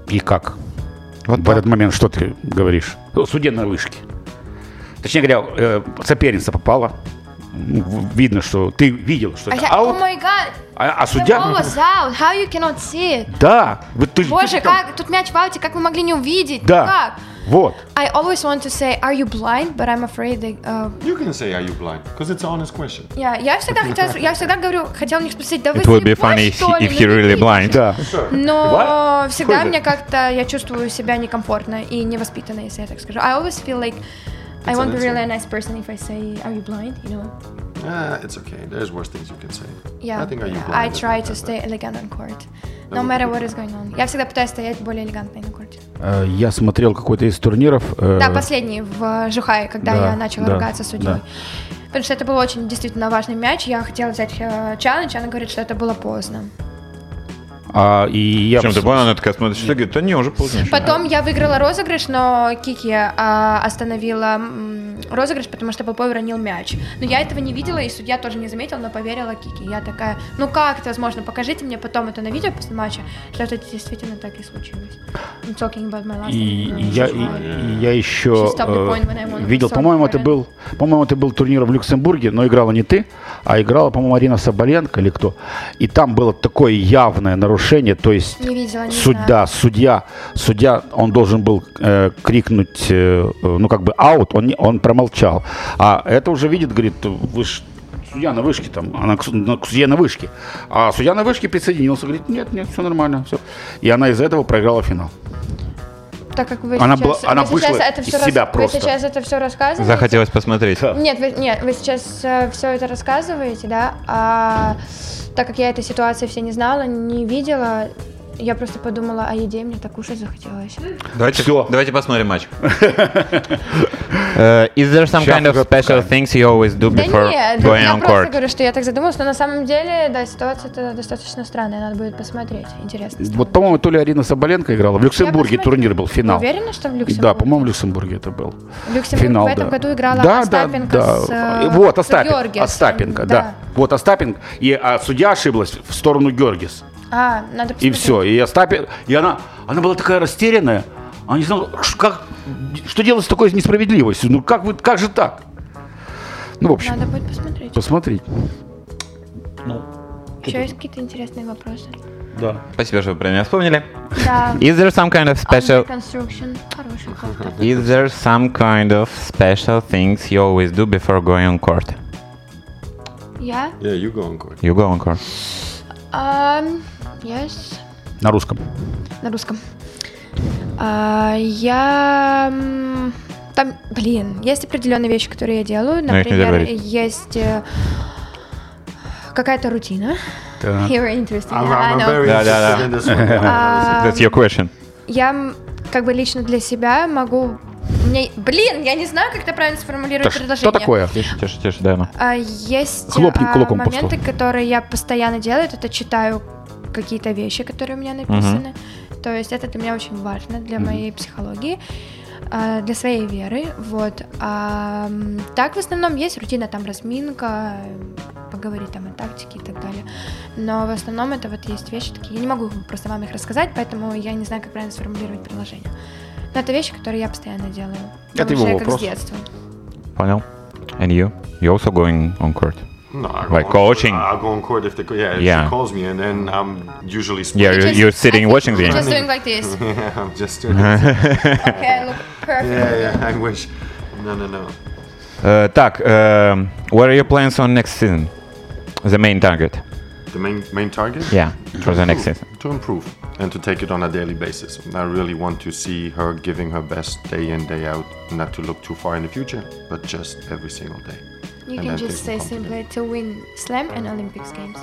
Speaker 3: И как? в этот момент что ты говоришь? О, Судья на вышке. Точнее говоря, э, соперница попала ну, в- видно, что ты видел, что
Speaker 4: I
Speaker 3: это
Speaker 4: said,
Speaker 3: аут,
Speaker 4: oh my god,
Speaker 3: а, а
Speaker 4: the
Speaker 3: судья...
Speaker 4: ball was out, how you cannot see it?
Speaker 3: Да, вот ты же-
Speaker 4: Боже,
Speaker 3: ты же там-
Speaker 4: как, тут мяч в ауте, как вы могли не увидеть? Ну
Speaker 3: Да,
Speaker 4: Как?
Speaker 3: вот.
Speaker 4: I always want to say, are you blind, but I'm afraid they, uh,
Speaker 5: You can say, are you blind? Because it's an honest question.
Speaker 4: yeah. Я всегда хотела, я всегда говорю, хотела у них спросить, да вы
Speaker 2: It would be
Speaker 4: слепой,
Speaker 2: funny if
Speaker 4: что
Speaker 2: he,
Speaker 4: ли?
Speaker 2: if he
Speaker 4: Ну,
Speaker 2: really
Speaker 4: видите.
Speaker 2: blind.
Speaker 3: Да.
Speaker 4: Но
Speaker 3: What?
Speaker 4: всегда
Speaker 3: Какой
Speaker 4: мне
Speaker 3: ты?
Speaker 4: как-то, я чувствую себя некомфортно и невоспитанно, если я так скажу. I always feel like I won't be
Speaker 5: an
Speaker 4: really a nice person if I say, are you blind, you know?
Speaker 5: Ah, it's okay. There's worse things you can say.
Speaker 4: Yeah,
Speaker 5: I think are you blind?
Speaker 4: I
Speaker 5: is
Speaker 4: try
Speaker 5: not
Speaker 4: to
Speaker 5: that
Speaker 4: stay elegant on court.
Speaker 5: Да,
Speaker 4: No
Speaker 5: вот
Speaker 4: matter
Speaker 5: это
Speaker 4: what is going on. Я всегда пытаюсь стоять более элегантной на корте.
Speaker 3: Э, Я смотрел какой-то из турниров. э,
Speaker 4: Да, последний в э, Жухае, когда
Speaker 3: да,
Speaker 4: я начала
Speaker 3: да,
Speaker 4: ругаться с судьей.
Speaker 3: да.
Speaker 4: Потому что это был очень действительно важный мяч. Я хотела взять э, челлендж, она говорит, что это было поздно.
Speaker 3: а, и я
Speaker 2: Причем
Speaker 3: пос-
Speaker 2: ты понял, она такая смотрит, что говорит, да не, уже поздно.
Speaker 4: Потом я выиграла розыгрыш, но Кики а, остановила м, розыгрыш, потому что Попой уронил мяч. Но я этого не видела, и судья тоже не заметил, но поверила Кики. Я такая, ну как это возможно? Покажите мне потом это на видео после матча, что это действительно так и случилось. Ну, I'm talking about my last
Speaker 3: И
Speaker 4: game.
Speaker 3: я, и- и я еще
Speaker 4: She stopped the point when I
Speaker 3: э,
Speaker 4: won.
Speaker 3: видел,
Speaker 4: Sorry,
Speaker 3: по-моему, это
Speaker 4: Карен.
Speaker 3: был, по-моему, это был турнир в Люксембурге, но играла не ты, а играла, по-моему, Арина Соболенко или кто. И там было такое явное нарушение, то есть
Speaker 4: Не видела, не
Speaker 3: судь-
Speaker 4: знаю.
Speaker 3: да, судья, судья, он должен был э, крикнуть, э, э, ну как бы аут, он не- он промолчал, а это уже видит, говорит, вы ж- судья на вышке там, она к, су- на- к судье на вышке, а судья на вышке присоединился, говорит, нет, нет, все нормально, все, и она из-за этого проиграла финал.
Speaker 4: Так как вы
Speaker 3: Она
Speaker 4: сейчас,
Speaker 3: была- она
Speaker 4: вы сейчас
Speaker 3: вышла
Speaker 4: это
Speaker 3: из
Speaker 4: все
Speaker 3: себя
Speaker 4: вы
Speaker 3: просто.
Speaker 4: сейчас это все рассказываете?
Speaker 2: Захотелось посмотреть.
Speaker 3: Да.
Speaker 4: Нет, вы, нет, вы сейчас все это рассказываете, да, а так как я этой ситуации все не знала, не видела, я просто подумала о еде, мне так кушать захотелось.
Speaker 2: Давайте,
Speaker 3: Всё.
Speaker 2: давайте посмотрим [LAUGHS] матч. Uh, Is there some kind of special things you always do
Speaker 4: Да
Speaker 2: before
Speaker 4: нет, да,
Speaker 2: going
Speaker 4: я
Speaker 2: on
Speaker 4: просто
Speaker 2: court?
Speaker 4: говорю, что я так задумалась, но на самом деле, да, ситуация-то достаточно странная, надо будет посмотреть, интересно.
Speaker 3: Вот, по-моему, то ли Арина Соболенко играла. В Люксембурге
Speaker 4: посмотрю.
Speaker 3: турнир был,
Speaker 4: Вы
Speaker 3: финал.
Speaker 4: уверены, что в Люксембурге?
Speaker 3: Да, по-моему, в Люксембурге это был.
Speaker 4: Люксембург
Speaker 3: финал,
Speaker 4: в этом
Speaker 3: да.
Speaker 4: году играла
Speaker 3: да,
Speaker 4: Остапенко
Speaker 3: да, да.
Speaker 4: с, э,
Speaker 3: И Вот,
Speaker 4: с
Speaker 3: Остапенко,
Speaker 4: Георгиевсом,
Speaker 3: Остапенко, да.
Speaker 4: да.
Speaker 3: Вот Остапенко, и а, судья ошиблась в сторону Георгис.
Speaker 4: А, надо
Speaker 3: И
Speaker 4: посмотреть.
Speaker 3: все, и Остапенко, и она, она была такая растерянная, она не знала, ш- как, что делать с такой несправедливостью, ну как, вы, как же так? Ну, в общем,
Speaker 4: Надо будет посмотреть.
Speaker 3: посмотреть.
Speaker 4: Еще есть какие-то интересные вопросы?
Speaker 3: Да.
Speaker 2: Спасибо, что вы про меня вспомнили.
Speaker 4: Да.
Speaker 2: Is there some kind of special...
Speaker 4: Construction. Хороший коктейль.
Speaker 2: Is there some kind of special things you always do before going on court?
Speaker 4: Я?
Speaker 5: bad. Yeah, you go on court.
Speaker 2: You go on court.
Speaker 4: Ам, yes.
Speaker 3: На русском.
Speaker 4: На русском. А, я... м, Там, блин, есть определенные вещи, которые я делаю.
Speaker 2: Но их нельзя
Speaker 4: Например,
Speaker 2: говорить.
Speaker 4: есть э, какая-то рутина. [LAUGHS]
Speaker 3: Так.
Speaker 4: You're interested.
Speaker 5: I'm,
Speaker 4: I
Speaker 5: I'm, I'm
Speaker 4: know. Uh,
Speaker 5: very
Speaker 2: Да, да, да.
Speaker 5: interested in this one.
Speaker 4: [LAUGHS] Um,
Speaker 2: That's your question.
Speaker 4: Я м, как бы лично для себя могу... Мне... Блин, я не знаю, как это правильно сформулировать
Speaker 3: Так,
Speaker 4: предложение.
Speaker 3: Что такое?
Speaker 2: Тише, тише, тише, да, ну.
Speaker 4: А, Есть
Speaker 3: Хлопни
Speaker 4: а,
Speaker 3: кулаком по
Speaker 4: моменты,
Speaker 3: столу.
Speaker 4: которые я постоянно делаю, это читаю какие-то вещи, которые у меня написаны. То есть это для меня очень важно, для моей психологии, а, для своей веры. Вот. А, м, так в основном есть рутина, там разминка, поговорить там о тактике и так далее. Но в основном это вот есть вещи такие. Я не могу просто вам их рассказать, поэтому я не знаю, как правильно сформулировать предложение. Но это вещи, которые я постоянно делаю.
Speaker 3: Это
Speaker 4: Потому
Speaker 3: его
Speaker 4: что я как
Speaker 3: вопрос.
Speaker 4: с детства.
Speaker 2: Понял. And you? You also going on court?
Speaker 5: No, I go
Speaker 2: Like
Speaker 5: on court.
Speaker 2: coaching.
Speaker 5: I go on court if they co- yeah, if
Speaker 2: Yeah.
Speaker 5: she calls me, and then I'm usually
Speaker 2: Yeah,
Speaker 5: smiling.
Speaker 2: you-
Speaker 4: Just-
Speaker 2: you're
Speaker 4: I
Speaker 2: sitting
Speaker 4: think
Speaker 2: watching the
Speaker 4: I'm
Speaker 2: game.
Speaker 4: Just doing like this.
Speaker 5: [LAUGHS] yeah, I'm
Speaker 2: [LAUGHS]
Speaker 5: just doing. yeah,
Speaker 4: Okay, I look perfect.
Speaker 5: yeah, I wish. No, no, no.
Speaker 2: Э, так, эм, what are your plans on next season? The main target?
Speaker 5: The main main target.
Speaker 2: Yeah, for the next
Speaker 5: improve-
Speaker 2: season.
Speaker 5: To improve and to take it on a daily basis. I really want to see her giving her best day in, day out, not to look too far in the future, but just every single day.
Speaker 4: You
Speaker 5: And
Speaker 4: can
Speaker 5: I
Speaker 4: just say
Speaker 5: think we'll
Speaker 4: simply to win slam and Olympics games.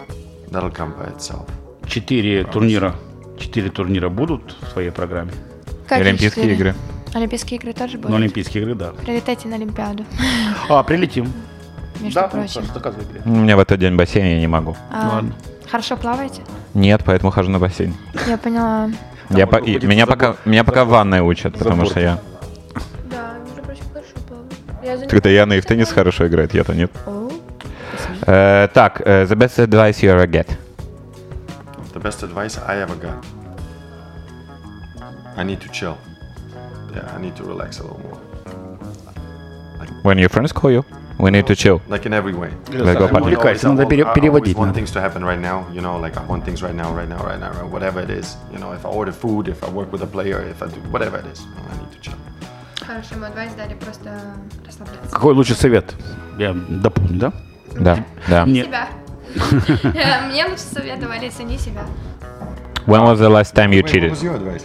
Speaker 5: That'll come by itself.
Speaker 3: Четыре турнира. Четыре турнира будут в твоей программе.
Speaker 4: Какие
Speaker 2: Олимпийские
Speaker 4: четыре?
Speaker 2: игры.
Speaker 4: Олимпийские игры тоже
Speaker 3: Но
Speaker 4: будут.
Speaker 3: Олимпийские игры, да.
Speaker 4: Прилетайте на Олимпиаду,
Speaker 3: А, прилетим.
Speaker 4: между
Speaker 3: Да,
Speaker 4: прочим.
Speaker 3: хорошо, заказывай билет.
Speaker 2: Ну, У меня в этот день бассейн, я не могу.
Speaker 4: А,
Speaker 3: Ладно.
Speaker 4: Хорошо плаваете?
Speaker 2: Нет, поэтому хожу на бассейн.
Speaker 4: Я поняла.
Speaker 2: Я по- и
Speaker 3: выходит
Speaker 2: меня,
Speaker 3: за
Speaker 2: пока, меня пока в ванной учат, потому
Speaker 3: борт.
Speaker 2: что я...
Speaker 4: Да, между прочим, хорошо плаваю.
Speaker 2: Тогда Яна и в теннис хорошо играет, я-то нет. Э, так, э, the best advice you ever get.
Speaker 5: The best advice I ever got. I need to chill. Yeah, I need to relax a little more.
Speaker 2: When your friends call you. We need to chill.
Speaker 5: like in every way.
Speaker 2: Let's go
Speaker 5: I want-
Speaker 2: party.
Speaker 3: Увлекайся,
Speaker 5: I
Speaker 3: надо
Speaker 5: want-
Speaker 3: пере-
Speaker 5: I always
Speaker 3: переводить
Speaker 5: want
Speaker 3: надо.
Speaker 5: things to happen right now, you know, like I want things right now, right now, right now, right- whatever it is. You know, if I order food, if I work with a player, if I do whatever it is, you know, I need to chill.
Speaker 4: Хороший ему адвайс дали просто расслабляться.
Speaker 3: Какой лучший совет? Я дополню, да?
Speaker 2: Да, да.
Speaker 3: Не-
Speaker 4: Себя. Мне лучше советовали цени себя.
Speaker 2: When was the last time you
Speaker 5: Wait, what
Speaker 2: cheated?
Speaker 5: was your [LAUGHS] advice?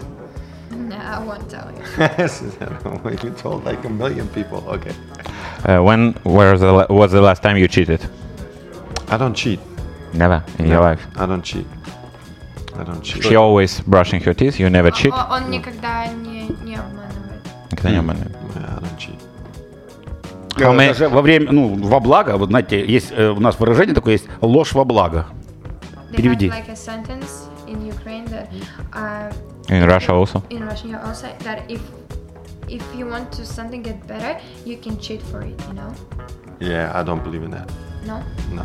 Speaker 4: I won't tell you.
Speaker 5: [LAUGHS] you told like a million people. Okay.
Speaker 2: Uh, when where the, la- was the last time you cheated?
Speaker 5: I don't cheat.
Speaker 2: Never in your life.
Speaker 5: I don't cheat. I don't cheat.
Speaker 2: She always brushing her teeth. You never
Speaker 3: Uh,
Speaker 2: cheat.
Speaker 4: О- Он никогда не, не обманывает.
Speaker 2: Никогда не обманывает.
Speaker 5: Yeah, I don't cheat.
Speaker 2: How many-
Speaker 3: Даже во время, ну, во благо, вот знаете, есть э, у нас выражение такое есть, ложь во благо.
Speaker 4: They
Speaker 3: Переведи.
Speaker 4: have like a sentence in Ukraine that uh,
Speaker 2: In Russia also.
Speaker 4: in Russian you also that if if you want to something get better, you can cheat for it, you know?
Speaker 5: Yeah, I don't believe in that.
Speaker 4: No?
Speaker 5: No.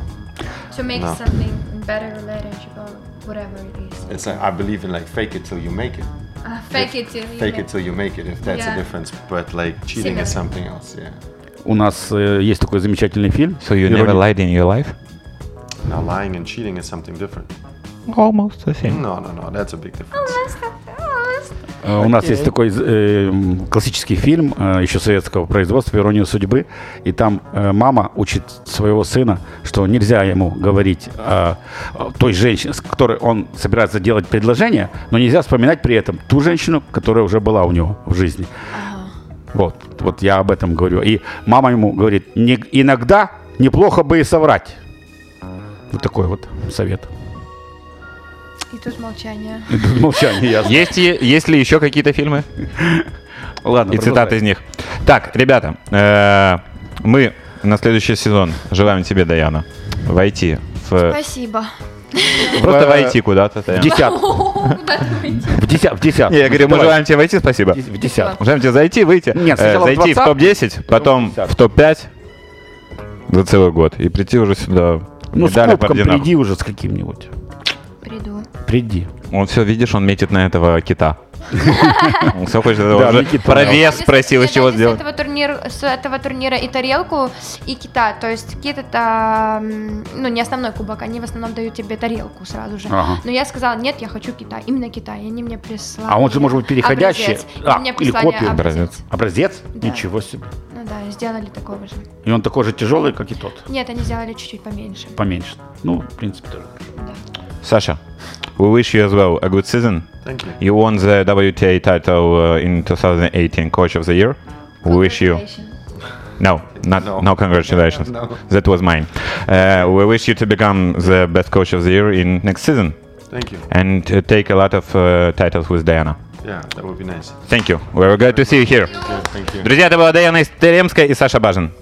Speaker 4: To make
Speaker 5: No.
Speaker 4: something better relationship or whatever it is.
Speaker 5: It's like I believe in like fake it till you make it.
Speaker 4: Uh, fake it till you
Speaker 5: Fake
Speaker 4: make- [LAUGHS]
Speaker 5: it till you make it if that's a
Speaker 4: Yeah.
Speaker 5: difference. But like cheating
Speaker 4: Similar.
Speaker 5: is something else, yeah.
Speaker 3: У нас э, есть такой замечательный фильм.
Speaker 2: So you never
Speaker 3: Ирония-
Speaker 2: lied in your life?
Speaker 5: Now lying and cheating is something different.
Speaker 2: Almost the same.
Speaker 5: No, no, no, that's a big difference.
Speaker 4: Oh,
Speaker 3: Э, У нас есть такой э, м, классический фильм, э, еще советского производства «Ирония судьбы», и там э, мама учит своего сына, что нельзя ему говорить о, о той женщине, с которой он собирается делать предложение, но нельзя вспоминать при этом ту женщину, которая уже была у него в жизни. Вот, вот я об этом говорю. И мама ему говорит, «Не- иногда неплохо бы и соврать. Вот такой вот совет. [LAUGHS]
Speaker 4: И тут молчание.
Speaker 3: Молчание, ясно.
Speaker 2: Есть, е- есть ли еще какие-то фильмы?
Speaker 3: Ладно,
Speaker 2: И цитаты из них. Так, ребята, э, мы на следующий сезон желаем тебе, Даяна, войти в...
Speaker 4: Спасибо.
Speaker 2: Просто войти куда-то,
Speaker 3: В
Speaker 2: Даяна.
Speaker 3: десятку.
Speaker 4: Куда ты выйти?
Speaker 3: [LAUGHS] В десятку. В десятку.
Speaker 2: Не, я говорю, мы
Speaker 3: Давай.
Speaker 2: желаем тебе войти, спасибо.
Speaker 3: в десятку.
Speaker 2: Желаем тебе зайти, выйти.
Speaker 3: Нет,
Speaker 2: Э,
Speaker 3: сначала в
Speaker 2: Зайти в
Speaker 3: 20,
Speaker 2: топ-10, потом
Speaker 3: потом в
Speaker 2: в топ-5 за целый год. И прийти уже сюда.
Speaker 3: Ну, с
Speaker 2: медали по
Speaker 3: кубком
Speaker 2: орденам.
Speaker 3: приди уже с каким-нибудь.
Speaker 4: Приду.
Speaker 3: Приди.
Speaker 2: Он все, видишь, он метит на этого кита. Он все хочет этого
Speaker 3: Да,
Speaker 2: уже.
Speaker 3: Никита,
Speaker 2: Про
Speaker 3: да.
Speaker 2: вес спросил, из
Speaker 4: Мне
Speaker 2: чего
Speaker 4: дали
Speaker 2: сделать.
Speaker 4: С этого, турнира, с этого турнира и тарелку, и кита. То есть кит это м, ну, не основной кубок, они в основном дают тебе тарелку сразу же.
Speaker 3: Ага.
Speaker 4: Но я сказала, нет, я хочу кита, именно кита, и они мне прислали.
Speaker 3: А он же может быть переходящий.
Speaker 4: образец. И
Speaker 3: А,
Speaker 4: мне
Speaker 3: или
Speaker 4: прислали
Speaker 3: копию.
Speaker 4: образец.
Speaker 3: Образец?
Speaker 4: Да.
Speaker 3: Ничего себе.
Speaker 4: Ну да, сделали такого же.
Speaker 3: И он такой же тяжелый, как и тот.
Speaker 4: Нет, они сделали чуть-чуть поменьше.
Speaker 3: Поменьше. Ну, в принципе, тоже.
Speaker 2: Саша, we wish you as well a good season.
Speaker 5: Thank you.
Speaker 2: You won the WTA title uh, in 2018 Coach of the Year. We wish you. No, not, no.
Speaker 5: No.
Speaker 2: congratulations.
Speaker 5: No.
Speaker 2: That was mine. Uh, we wish you to become the best coach of the year in next season
Speaker 5: Thank you.
Speaker 2: and uh, take a lot of uh, titles with Diana.
Speaker 5: Yeah, that would be nice.
Speaker 2: Thank you. We were glad to see you here.
Speaker 5: Yeah, thank you.
Speaker 2: Друзья, это была Даяна Теремская и Саша Бажин.